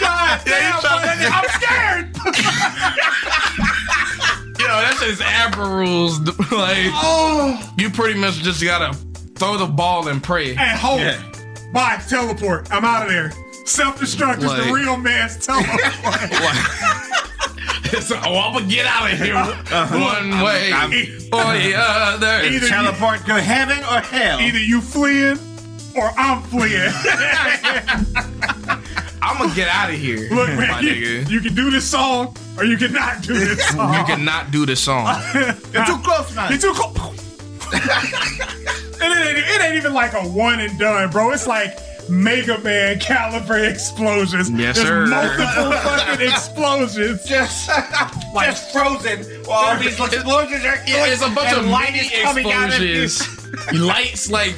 [SPEAKER 2] God
[SPEAKER 1] Yeah, you
[SPEAKER 2] damn,
[SPEAKER 1] tried-
[SPEAKER 2] my nigga, I'm scared.
[SPEAKER 1] is Abra rules. (laughs) Like
[SPEAKER 2] Oh,
[SPEAKER 1] you pretty much just gotta throw the ball and pray. (laughs)
[SPEAKER 2] and hope.
[SPEAKER 3] Yeah.
[SPEAKER 2] Bye, teleport. I'm out of there. Self destruct is the
[SPEAKER 1] Like-
[SPEAKER 2] real man's
[SPEAKER 1] (laughs)
[SPEAKER 2] teleport.
[SPEAKER 1] It's like, oh, I'm gonna get out of here
[SPEAKER 2] Uh-huh.
[SPEAKER 1] one way
[SPEAKER 3] I'm-
[SPEAKER 1] or the other.
[SPEAKER 2] Either you-
[SPEAKER 3] Teleport to heaven or hell.
[SPEAKER 2] Either you fleeing or I'm
[SPEAKER 1] (laughs)
[SPEAKER 2] fleeing.
[SPEAKER 1] I'm gonna get out of here,
[SPEAKER 2] Look,
[SPEAKER 1] my
[SPEAKER 2] man, you,
[SPEAKER 1] nigga.
[SPEAKER 2] you can do this song or you cannot do this song.
[SPEAKER 1] (laughs) You cannot do this
[SPEAKER 3] (laughs)
[SPEAKER 1] song.
[SPEAKER 3] You're too close, man.
[SPEAKER 2] You too cold. and it ain't, it ain't even like a one and done, bro. It's like Mega Man caliber explosions.
[SPEAKER 1] Yes,
[SPEAKER 2] There's
[SPEAKER 1] sir. (laughs)
[SPEAKER 2] multiple fucking explosions.
[SPEAKER 3] (laughs) just, just frozen while all these explosions are
[SPEAKER 1] Yeah, it's a bunch
[SPEAKER 3] and
[SPEAKER 1] of
[SPEAKER 3] light
[SPEAKER 1] light
[SPEAKER 3] is coming out of you.
[SPEAKER 1] explosions.
[SPEAKER 3] (laughs)
[SPEAKER 1] Lights like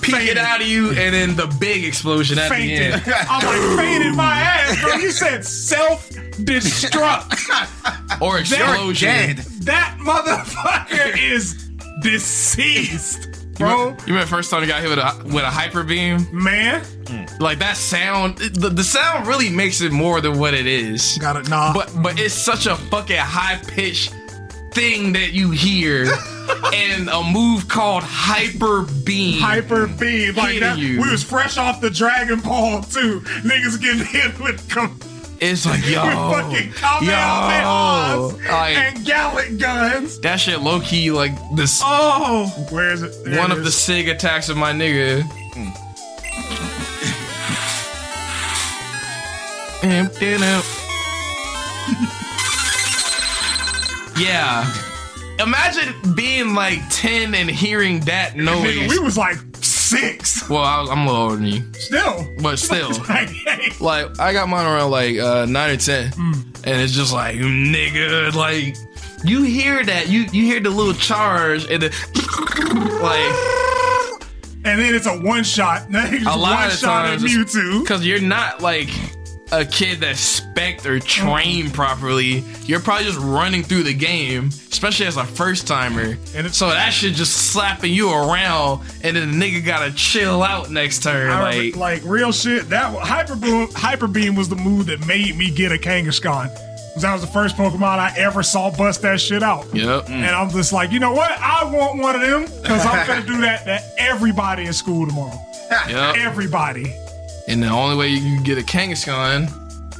[SPEAKER 1] peeking
[SPEAKER 2] Faded.
[SPEAKER 1] out of you, and then the big explosion at
[SPEAKER 2] Fainted.
[SPEAKER 3] (laughs)
[SPEAKER 1] the end.
[SPEAKER 2] I'm like faded my ass, bro. You said self destruct.
[SPEAKER 1] Or
[SPEAKER 3] You're
[SPEAKER 1] explosion.
[SPEAKER 3] dead.
[SPEAKER 2] that
[SPEAKER 1] (laughs)
[SPEAKER 2] motherfucker is deceased,
[SPEAKER 1] Bro, you
[SPEAKER 2] bro.
[SPEAKER 1] remember the first time you got hit with a with a hyper beam?
[SPEAKER 2] Man,
[SPEAKER 1] Like that sound, it- the, the sound really makes it more than what it is.
[SPEAKER 2] got it. Nah,
[SPEAKER 1] But but it's such a fucking high pitched thing that you
[SPEAKER 3] (laughs)
[SPEAKER 1] hear, and a move called hyper beam.
[SPEAKER 2] Hyper beam. Like
[SPEAKER 1] Kidding
[SPEAKER 2] that,
[SPEAKER 1] you.
[SPEAKER 2] we was fresh off the Dragon Ball too. Niggas getting hit with com-
[SPEAKER 1] It's like yo,
[SPEAKER 2] with fucking
[SPEAKER 1] yo,
[SPEAKER 2] Kamehamehas
[SPEAKER 1] like
[SPEAKER 2] and gallic guns.
[SPEAKER 1] that shit low key like this
[SPEAKER 2] Oh, where is it? There
[SPEAKER 1] one
[SPEAKER 2] it
[SPEAKER 1] of the
[SPEAKER 2] is.
[SPEAKER 1] sig attacks of my nigga. (laughs) Em, em, em. yeah. Imagine being like 10 and hearing that
[SPEAKER 2] Nigga,
[SPEAKER 1] noise.
[SPEAKER 2] (laughs) we was like six.
[SPEAKER 1] Well, I was, I'm a little older than you.
[SPEAKER 2] Still, (laughs)
[SPEAKER 1] But still.
[SPEAKER 2] like, hey,
[SPEAKER 1] Like, I got mine around like uh, 9 or 10.
[SPEAKER 2] Mm.
[SPEAKER 1] And it's just like, nigga, like, you hear that. You you hear the little charge and the, like,
[SPEAKER 2] and then it's a one shot.
[SPEAKER 1] a lot
[SPEAKER 2] one
[SPEAKER 1] of
[SPEAKER 2] shot
[SPEAKER 1] times
[SPEAKER 2] at Mewtwo.
[SPEAKER 1] because you're not like a kid that's spec or trained properly. You're probably just running through the game, especially as a first timer.
[SPEAKER 2] And it's-
[SPEAKER 1] So that shit just slapping you around, and then the nigga gotta chill out next turn.
[SPEAKER 2] I
[SPEAKER 1] Like,
[SPEAKER 2] remember- like real shit. That wa- hyper boom, hyper beam was the move that made me get a Kangaskhan. 'Cause That was the first Pokemon I ever saw bust that shit out.
[SPEAKER 1] yep.
[SPEAKER 2] And I'm just like, you know what? I want one of them because I'm gonna do that to everybody in school tomorrow.
[SPEAKER 1] Yep.
[SPEAKER 2] Everybody.
[SPEAKER 1] And the only way you can get a Kangaskhan,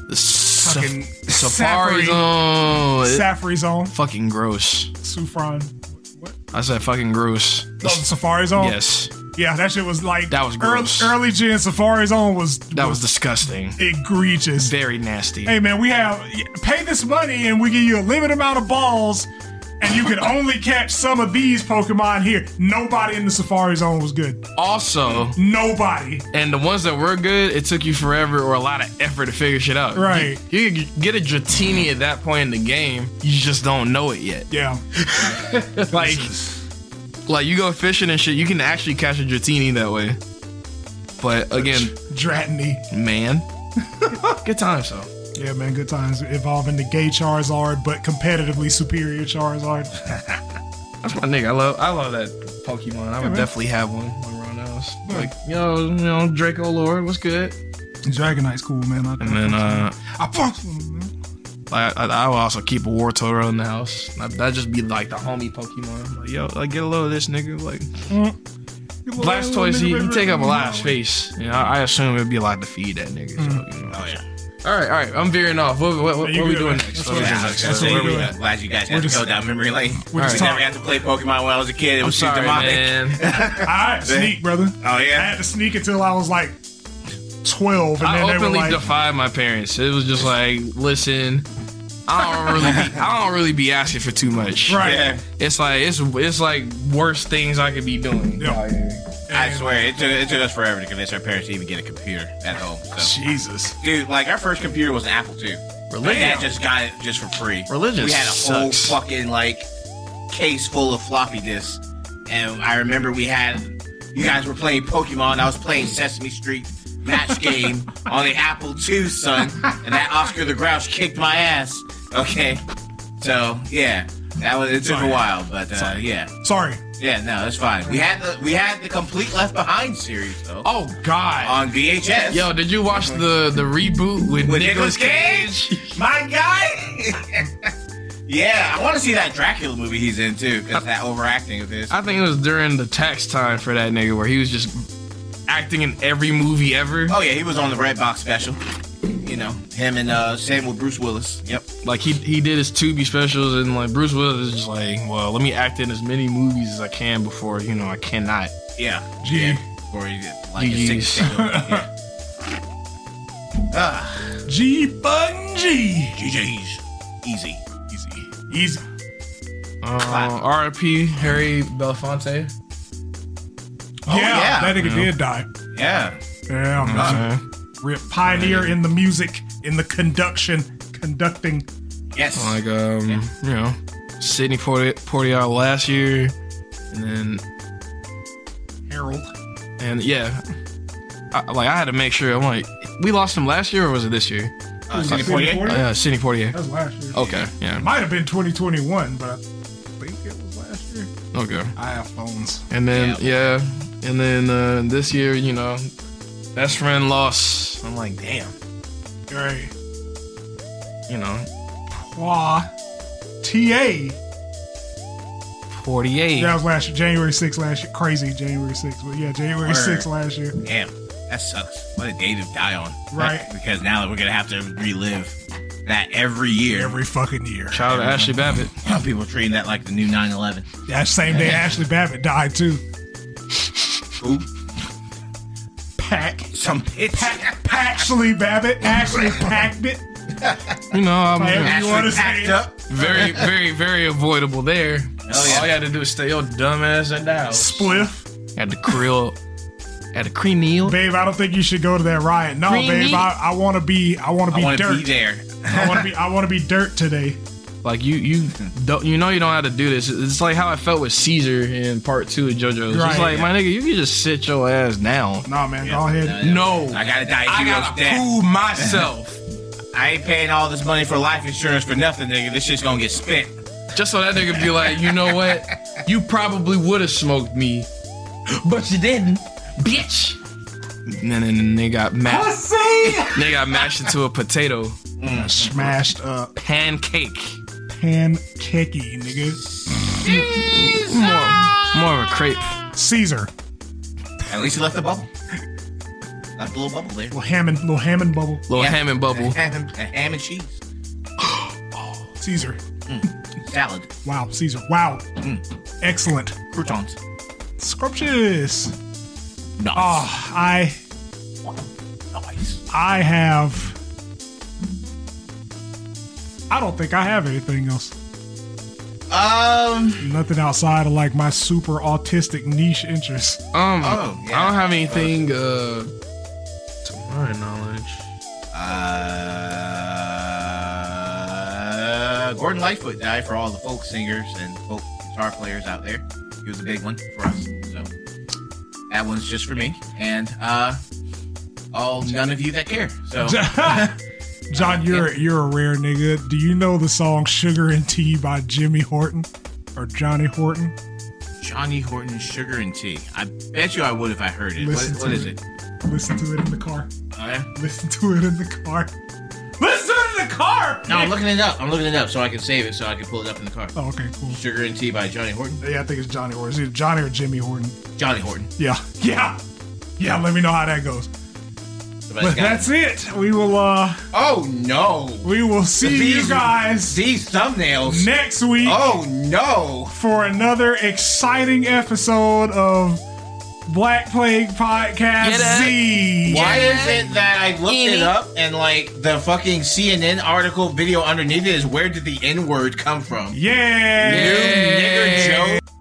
[SPEAKER 1] the sa-
[SPEAKER 2] Fucking
[SPEAKER 1] Safari
[SPEAKER 2] Safari.
[SPEAKER 1] Zone. It-
[SPEAKER 2] Safari Zone,
[SPEAKER 1] fucking gross.
[SPEAKER 2] Sufron.
[SPEAKER 1] I said fucking gross.
[SPEAKER 2] Oh, Safari Zone.
[SPEAKER 1] Yes,
[SPEAKER 2] Yeah, that shit was like
[SPEAKER 1] That was gross.
[SPEAKER 2] Early, early gen Safari Zone was
[SPEAKER 1] that was disgusting.
[SPEAKER 2] egregious.
[SPEAKER 1] Very nasty.
[SPEAKER 2] Hey man, we have pay this money and we give you a limited amount of balls, and you can only catch some of these Pokemon here. Nobody in the Safari Zone was good.
[SPEAKER 1] Also,
[SPEAKER 2] Nobody.
[SPEAKER 1] And the ones that were good, it took you forever or a lot of effort to figure shit out.
[SPEAKER 2] Right.
[SPEAKER 1] You, you could get a Dratini at that point in the game, you just don't know it
[SPEAKER 2] (laughs)
[SPEAKER 1] yet.
[SPEAKER 2] Yeah.
[SPEAKER 1] Like, like you go fishing and shit, you can actually catch a Dratini that way. But again,
[SPEAKER 2] Dratini. (laughs)
[SPEAKER 1] man, good times though.
[SPEAKER 2] Yeah, man, good times evolving the gay Charizard, but competitively superior Charizard. (laughs)
[SPEAKER 1] That's my nigga. I love, I love that Pokemon. I would
[SPEAKER 2] man.
[SPEAKER 1] definitely have one around else. Like, yo, you know, Draco Lord, what's good?
[SPEAKER 2] Dragonite's cool, man. I,
[SPEAKER 1] And then, uh,
[SPEAKER 2] I fucks with him, man.
[SPEAKER 1] Like I, I will also keep a War Toro in the house. That would just be like the homie Pokemon. Like yo, like get a load of this nigga. Like Blastoise, he, he take up a lot of space. You know, I, I assume it'd be a lot to feed that nigga. So, you know.
[SPEAKER 3] Oh yeah.
[SPEAKER 1] All right, all right. I'm veering off. What, what, what,
[SPEAKER 2] Yeah, Mm-hmm. you
[SPEAKER 1] what we
[SPEAKER 2] good,
[SPEAKER 1] doing
[SPEAKER 2] man.
[SPEAKER 1] next?
[SPEAKER 2] That's
[SPEAKER 1] What we
[SPEAKER 2] what
[SPEAKER 1] doing
[SPEAKER 2] I-
[SPEAKER 1] next?
[SPEAKER 2] that's
[SPEAKER 1] Where
[SPEAKER 2] what
[SPEAKER 1] we
[SPEAKER 2] we're
[SPEAKER 1] at?
[SPEAKER 3] Glad you guys had to
[SPEAKER 2] just-
[SPEAKER 3] go down memory lane.
[SPEAKER 2] We're just
[SPEAKER 3] I never
[SPEAKER 2] talking.
[SPEAKER 3] had to play Pokemon when I was a kid. It
[SPEAKER 1] I'm
[SPEAKER 3] was too
[SPEAKER 1] sorry,
[SPEAKER 3] demonic.
[SPEAKER 1] man.
[SPEAKER 2] All right, sneak, brother.
[SPEAKER 3] Oh
[SPEAKER 2] I
[SPEAKER 3] yeah.
[SPEAKER 2] had to sneak until I was like 12, and
[SPEAKER 1] I
[SPEAKER 2] then they were
[SPEAKER 1] openly
[SPEAKER 2] like,
[SPEAKER 1] defied my parents. It was just like, listen, I don't really, be, I don't really be asking for too much.
[SPEAKER 2] right.
[SPEAKER 3] Yeah.
[SPEAKER 1] It's like it's it's like worst things I could be doing.
[SPEAKER 2] Yeah.
[SPEAKER 3] I swear, it took, it took us forever to convince our parents to even get a computer at home. So.
[SPEAKER 2] Jesus.
[SPEAKER 3] Dude, like our first computer was an Apple II. My
[SPEAKER 1] Religion.
[SPEAKER 3] dad just got it just for free.
[SPEAKER 1] Religion
[SPEAKER 3] We had a whole
[SPEAKER 1] sucks.
[SPEAKER 3] fucking like case full of floppy disks, and I remember we had you guys were playing Pokemon. I was playing Sesame Street
[SPEAKER 1] (laughs)
[SPEAKER 3] match game on the Apple II, son, and that Oscar the Grouch kicked my ass. Okay, so yeah, that was it took a while, but uh, yeah,
[SPEAKER 2] Sorry.
[SPEAKER 3] yeah, no, that's fine. We had the we had the complete Left Behind series though
[SPEAKER 1] Oh God.
[SPEAKER 3] on VHS.
[SPEAKER 1] Yo, did you watch the the reboot with,
[SPEAKER 3] With
[SPEAKER 1] Nicolas
[SPEAKER 3] (laughs) Nicolas Cage?
[SPEAKER 1] Cage?
[SPEAKER 3] my guy. Yeah, I want to see that Dracula movie he's in too, because that overacting of his.
[SPEAKER 1] I think it was during the tax time for that nigga where he was just acting in every movie ever.
[SPEAKER 3] Oh yeah, he was on the Red Box special. You know, him and uh, Samuel Bruce Willis. Yep.
[SPEAKER 1] Like he he did his Tubi specials and like Bruce Willis is just like, well, let me act in as many movies as I can before you know I cannot.
[SPEAKER 3] Yeah.
[SPEAKER 2] Gee.
[SPEAKER 3] Yeah. Before he did like a
[SPEAKER 1] Jeez.
[SPEAKER 3] six.
[SPEAKER 2] (laughs)
[SPEAKER 3] Yeah. Ah,
[SPEAKER 2] G Bungie.
[SPEAKER 3] GJ's easy, easy.
[SPEAKER 2] Easy.
[SPEAKER 1] Uh, R.I.P. Harry Belafonte.
[SPEAKER 3] Oh,
[SPEAKER 2] yeah,
[SPEAKER 3] yeah.
[SPEAKER 2] that nigga
[SPEAKER 1] Yeah.
[SPEAKER 2] did die.
[SPEAKER 3] Yeah.
[SPEAKER 2] Yeah, man.
[SPEAKER 1] Uh,
[SPEAKER 2] Rip pioneer in the music, in the conduction, conducting.
[SPEAKER 3] Yes.
[SPEAKER 1] like um, you know, Sydney Porti- Portier last year, and then
[SPEAKER 2] Harold.
[SPEAKER 1] and yeah, I, like I had to make sure. I'm like, we lost him last year or was it this year?
[SPEAKER 3] Uh, Sidney
[SPEAKER 2] Sidney
[SPEAKER 3] Poitier?
[SPEAKER 2] Poitier?
[SPEAKER 1] Uh, yeah, Sydney Portier.
[SPEAKER 2] That was last year.
[SPEAKER 1] Okay, yeah,
[SPEAKER 2] Might have been 2021, but I think it was last year.
[SPEAKER 1] okay.
[SPEAKER 2] I have phones.
[SPEAKER 1] And then yeah, and then uh, this year, you know, best friend lost. I'm like, damn,
[SPEAKER 2] Right.
[SPEAKER 1] you know,
[SPEAKER 2] Qua. TA.
[SPEAKER 1] 48.
[SPEAKER 2] That was last year, January 6th last year. Crazy, January 6th. But yeah, January
[SPEAKER 3] Word.
[SPEAKER 2] 6th last year.
[SPEAKER 3] Damn, that sucks. What a day to die on.
[SPEAKER 2] Right.
[SPEAKER 3] Because now we're gonna have to relive that every year.
[SPEAKER 2] Every fucking year.
[SPEAKER 1] Shout out to Ashley Babbitt.
[SPEAKER 3] Some people treating that like the new 9/11.
[SPEAKER 2] That same day Ashley Babbitt died too.
[SPEAKER 3] Ooh,
[SPEAKER 2] Pack.
[SPEAKER 3] some bitch.
[SPEAKER 2] Ashley Babbitt. Ashley packed it.
[SPEAKER 1] You know, I'm
[SPEAKER 2] Hey,
[SPEAKER 1] you know,
[SPEAKER 2] you wanna
[SPEAKER 3] Actually packed
[SPEAKER 2] say-
[SPEAKER 3] up.
[SPEAKER 1] (laughs) very, very, very avoidable there.
[SPEAKER 3] yeah.
[SPEAKER 1] All you had to do is stay your dumb ass at the house.
[SPEAKER 2] Spliff.
[SPEAKER 1] At the creel, at the creel.
[SPEAKER 2] Babe, I don't think you should go to that riot. No,
[SPEAKER 1] Green
[SPEAKER 2] babe,
[SPEAKER 1] meat.
[SPEAKER 2] I, I wanna be I wanna
[SPEAKER 3] I
[SPEAKER 2] be
[SPEAKER 3] want to be
[SPEAKER 2] dirt.
[SPEAKER 3] there.
[SPEAKER 2] I wanna be I wanna be dirt today.
[SPEAKER 1] Like you, you don't, you know, you don't have to do this. It's like how I felt with Caesar in part two of JoJo's.
[SPEAKER 2] Right.
[SPEAKER 1] it's like my nigga, you can just sit your ass down.
[SPEAKER 2] Nah man, go ahead.
[SPEAKER 1] No,
[SPEAKER 3] I gotta die a
[SPEAKER 1] I
[SPEAKER 3] hero's
[SPEAKER 1] gotta
[SPEAKER 3] death.
[SPEAKER 1] prove myself.
[SPEAKER 3] I ain't paying all this money for life insurance for nothing, nigga. This shit's gonna get spent.
[SPEAKER 1] Just so that nigga be like, you know what? You probably would have smoked me, but you didn't, bitch. And then they got mashed. (laughs) They got mashed into a potato
[SPEAKER 2] Smashed up
[SPEAKER 1] pancake.
[SPEAKER 2] pancakey, nigga.
[SPEAKER 1] More, more of a crepe.
[SPEAKER 2] Caesar.
[SPEAKER 3] At least he left the bubble. Left a little bubble there.
[SPEAKER 2] Little Hammond little Hammond bubble.
[SPEAKER 1] Little
[SPEAKER 3] Yeah.
[SPEAKER 1] ham and bubble.
[SPEAKER 3] Ham, ham and cheese.
[SPEAKER 2] Caesar.
[SPEAKER 3] Salad.
[SPEAKER 2] Wow, Caesar. Wow. Mm. Excellent.
[SPEAKER 3] Croutons.
[SPEAKER 2] Scrumptious.
[SPEAKER 3] Nice.
[SPEAKER 2] Oh, I
[SPEAKER 3] nice.
[SPEAKER 2] I have. I don't think I have anything else.
[SPEAKER 3] Um.
[SPEAKER 2] Nothing outside of like my super autistic niche interests.
[SPEAKER 1] Um,
[SPEAKER 3] Oh, yeah.
[SPEAKER 1] I don't have anything uh, to my knowledge.
[SPEAKER 3] Uh, Gordon Lightfoot died for all the folk singers and folk guitar players out there. He was a big one for us, so that one's just for me and uh, all none of you that care.
[SPEAKER 2] (laughs)
[SPEAKER 3] So
[SPEAKER 2] John, you're you're a rare nigga. Do you know the song "Sugar and Tea" by Jimmy Horton or Johnny Horton?
[SPEAKER 3] Johnny Horton, Sugar and Tea. I bet you I would if I heard it. What-
[SPEAKER 2] Listen to
[SPEAKER 3] what is
[SPEAKER 2] it.
[SPEAKER 3] it?
[SPEAKER 2] Listen to it in the car.
[SPEAKER 3] Uh,
[SPEAKER 2] Listen to it in the car. Listen to it in the car.
[SPEAKER 3] no, I'm looking it up. I'm looking it up so I can save it so I can pull it up in the car.
[SPEAKER 2] Oh, okay, cool.
[SPEAKER 3] Sugar and Tea by Johnny Horton.
[SPEAKER 2] Yeah, I think it's Johnny Horton. It's either Johnny or Jimmy Horton.
[SPEAKER 3] Johnny Horton.
[SPEAKER 2] Yeah, yeah, yeah. Let me know how that goes.
[SPEAKER 3] Somebody's
[SPEAKER 2] But (laughs)
[SPEAKER 3] got it.
[SPEAKER 2] that's it. We will uh
[SPEAKER 3] Oh no!
[SPEAKER 2] we will see you
[SPEAKER 3] These-
[SPEAKER 2] guys
[SPEAKER 3] These thumbnails.
[SPEAKER 2] next week
[SPEAKER 3] Oh no!
[SPEAKER 2] for another exciting episode of Black Plague
[SPEAKER 1] Get
[SPEAKER 2] Podcast
[SPEAKER 1] it?
[SPEAKER 2] Z.
[SPEAKER 3] Why is it that I looked it up and like the fucking CNN article video underneath it is where did the N word come from?
[SPEAKER 2] Yeah.
[SPEAKER 3] You nigger Joe.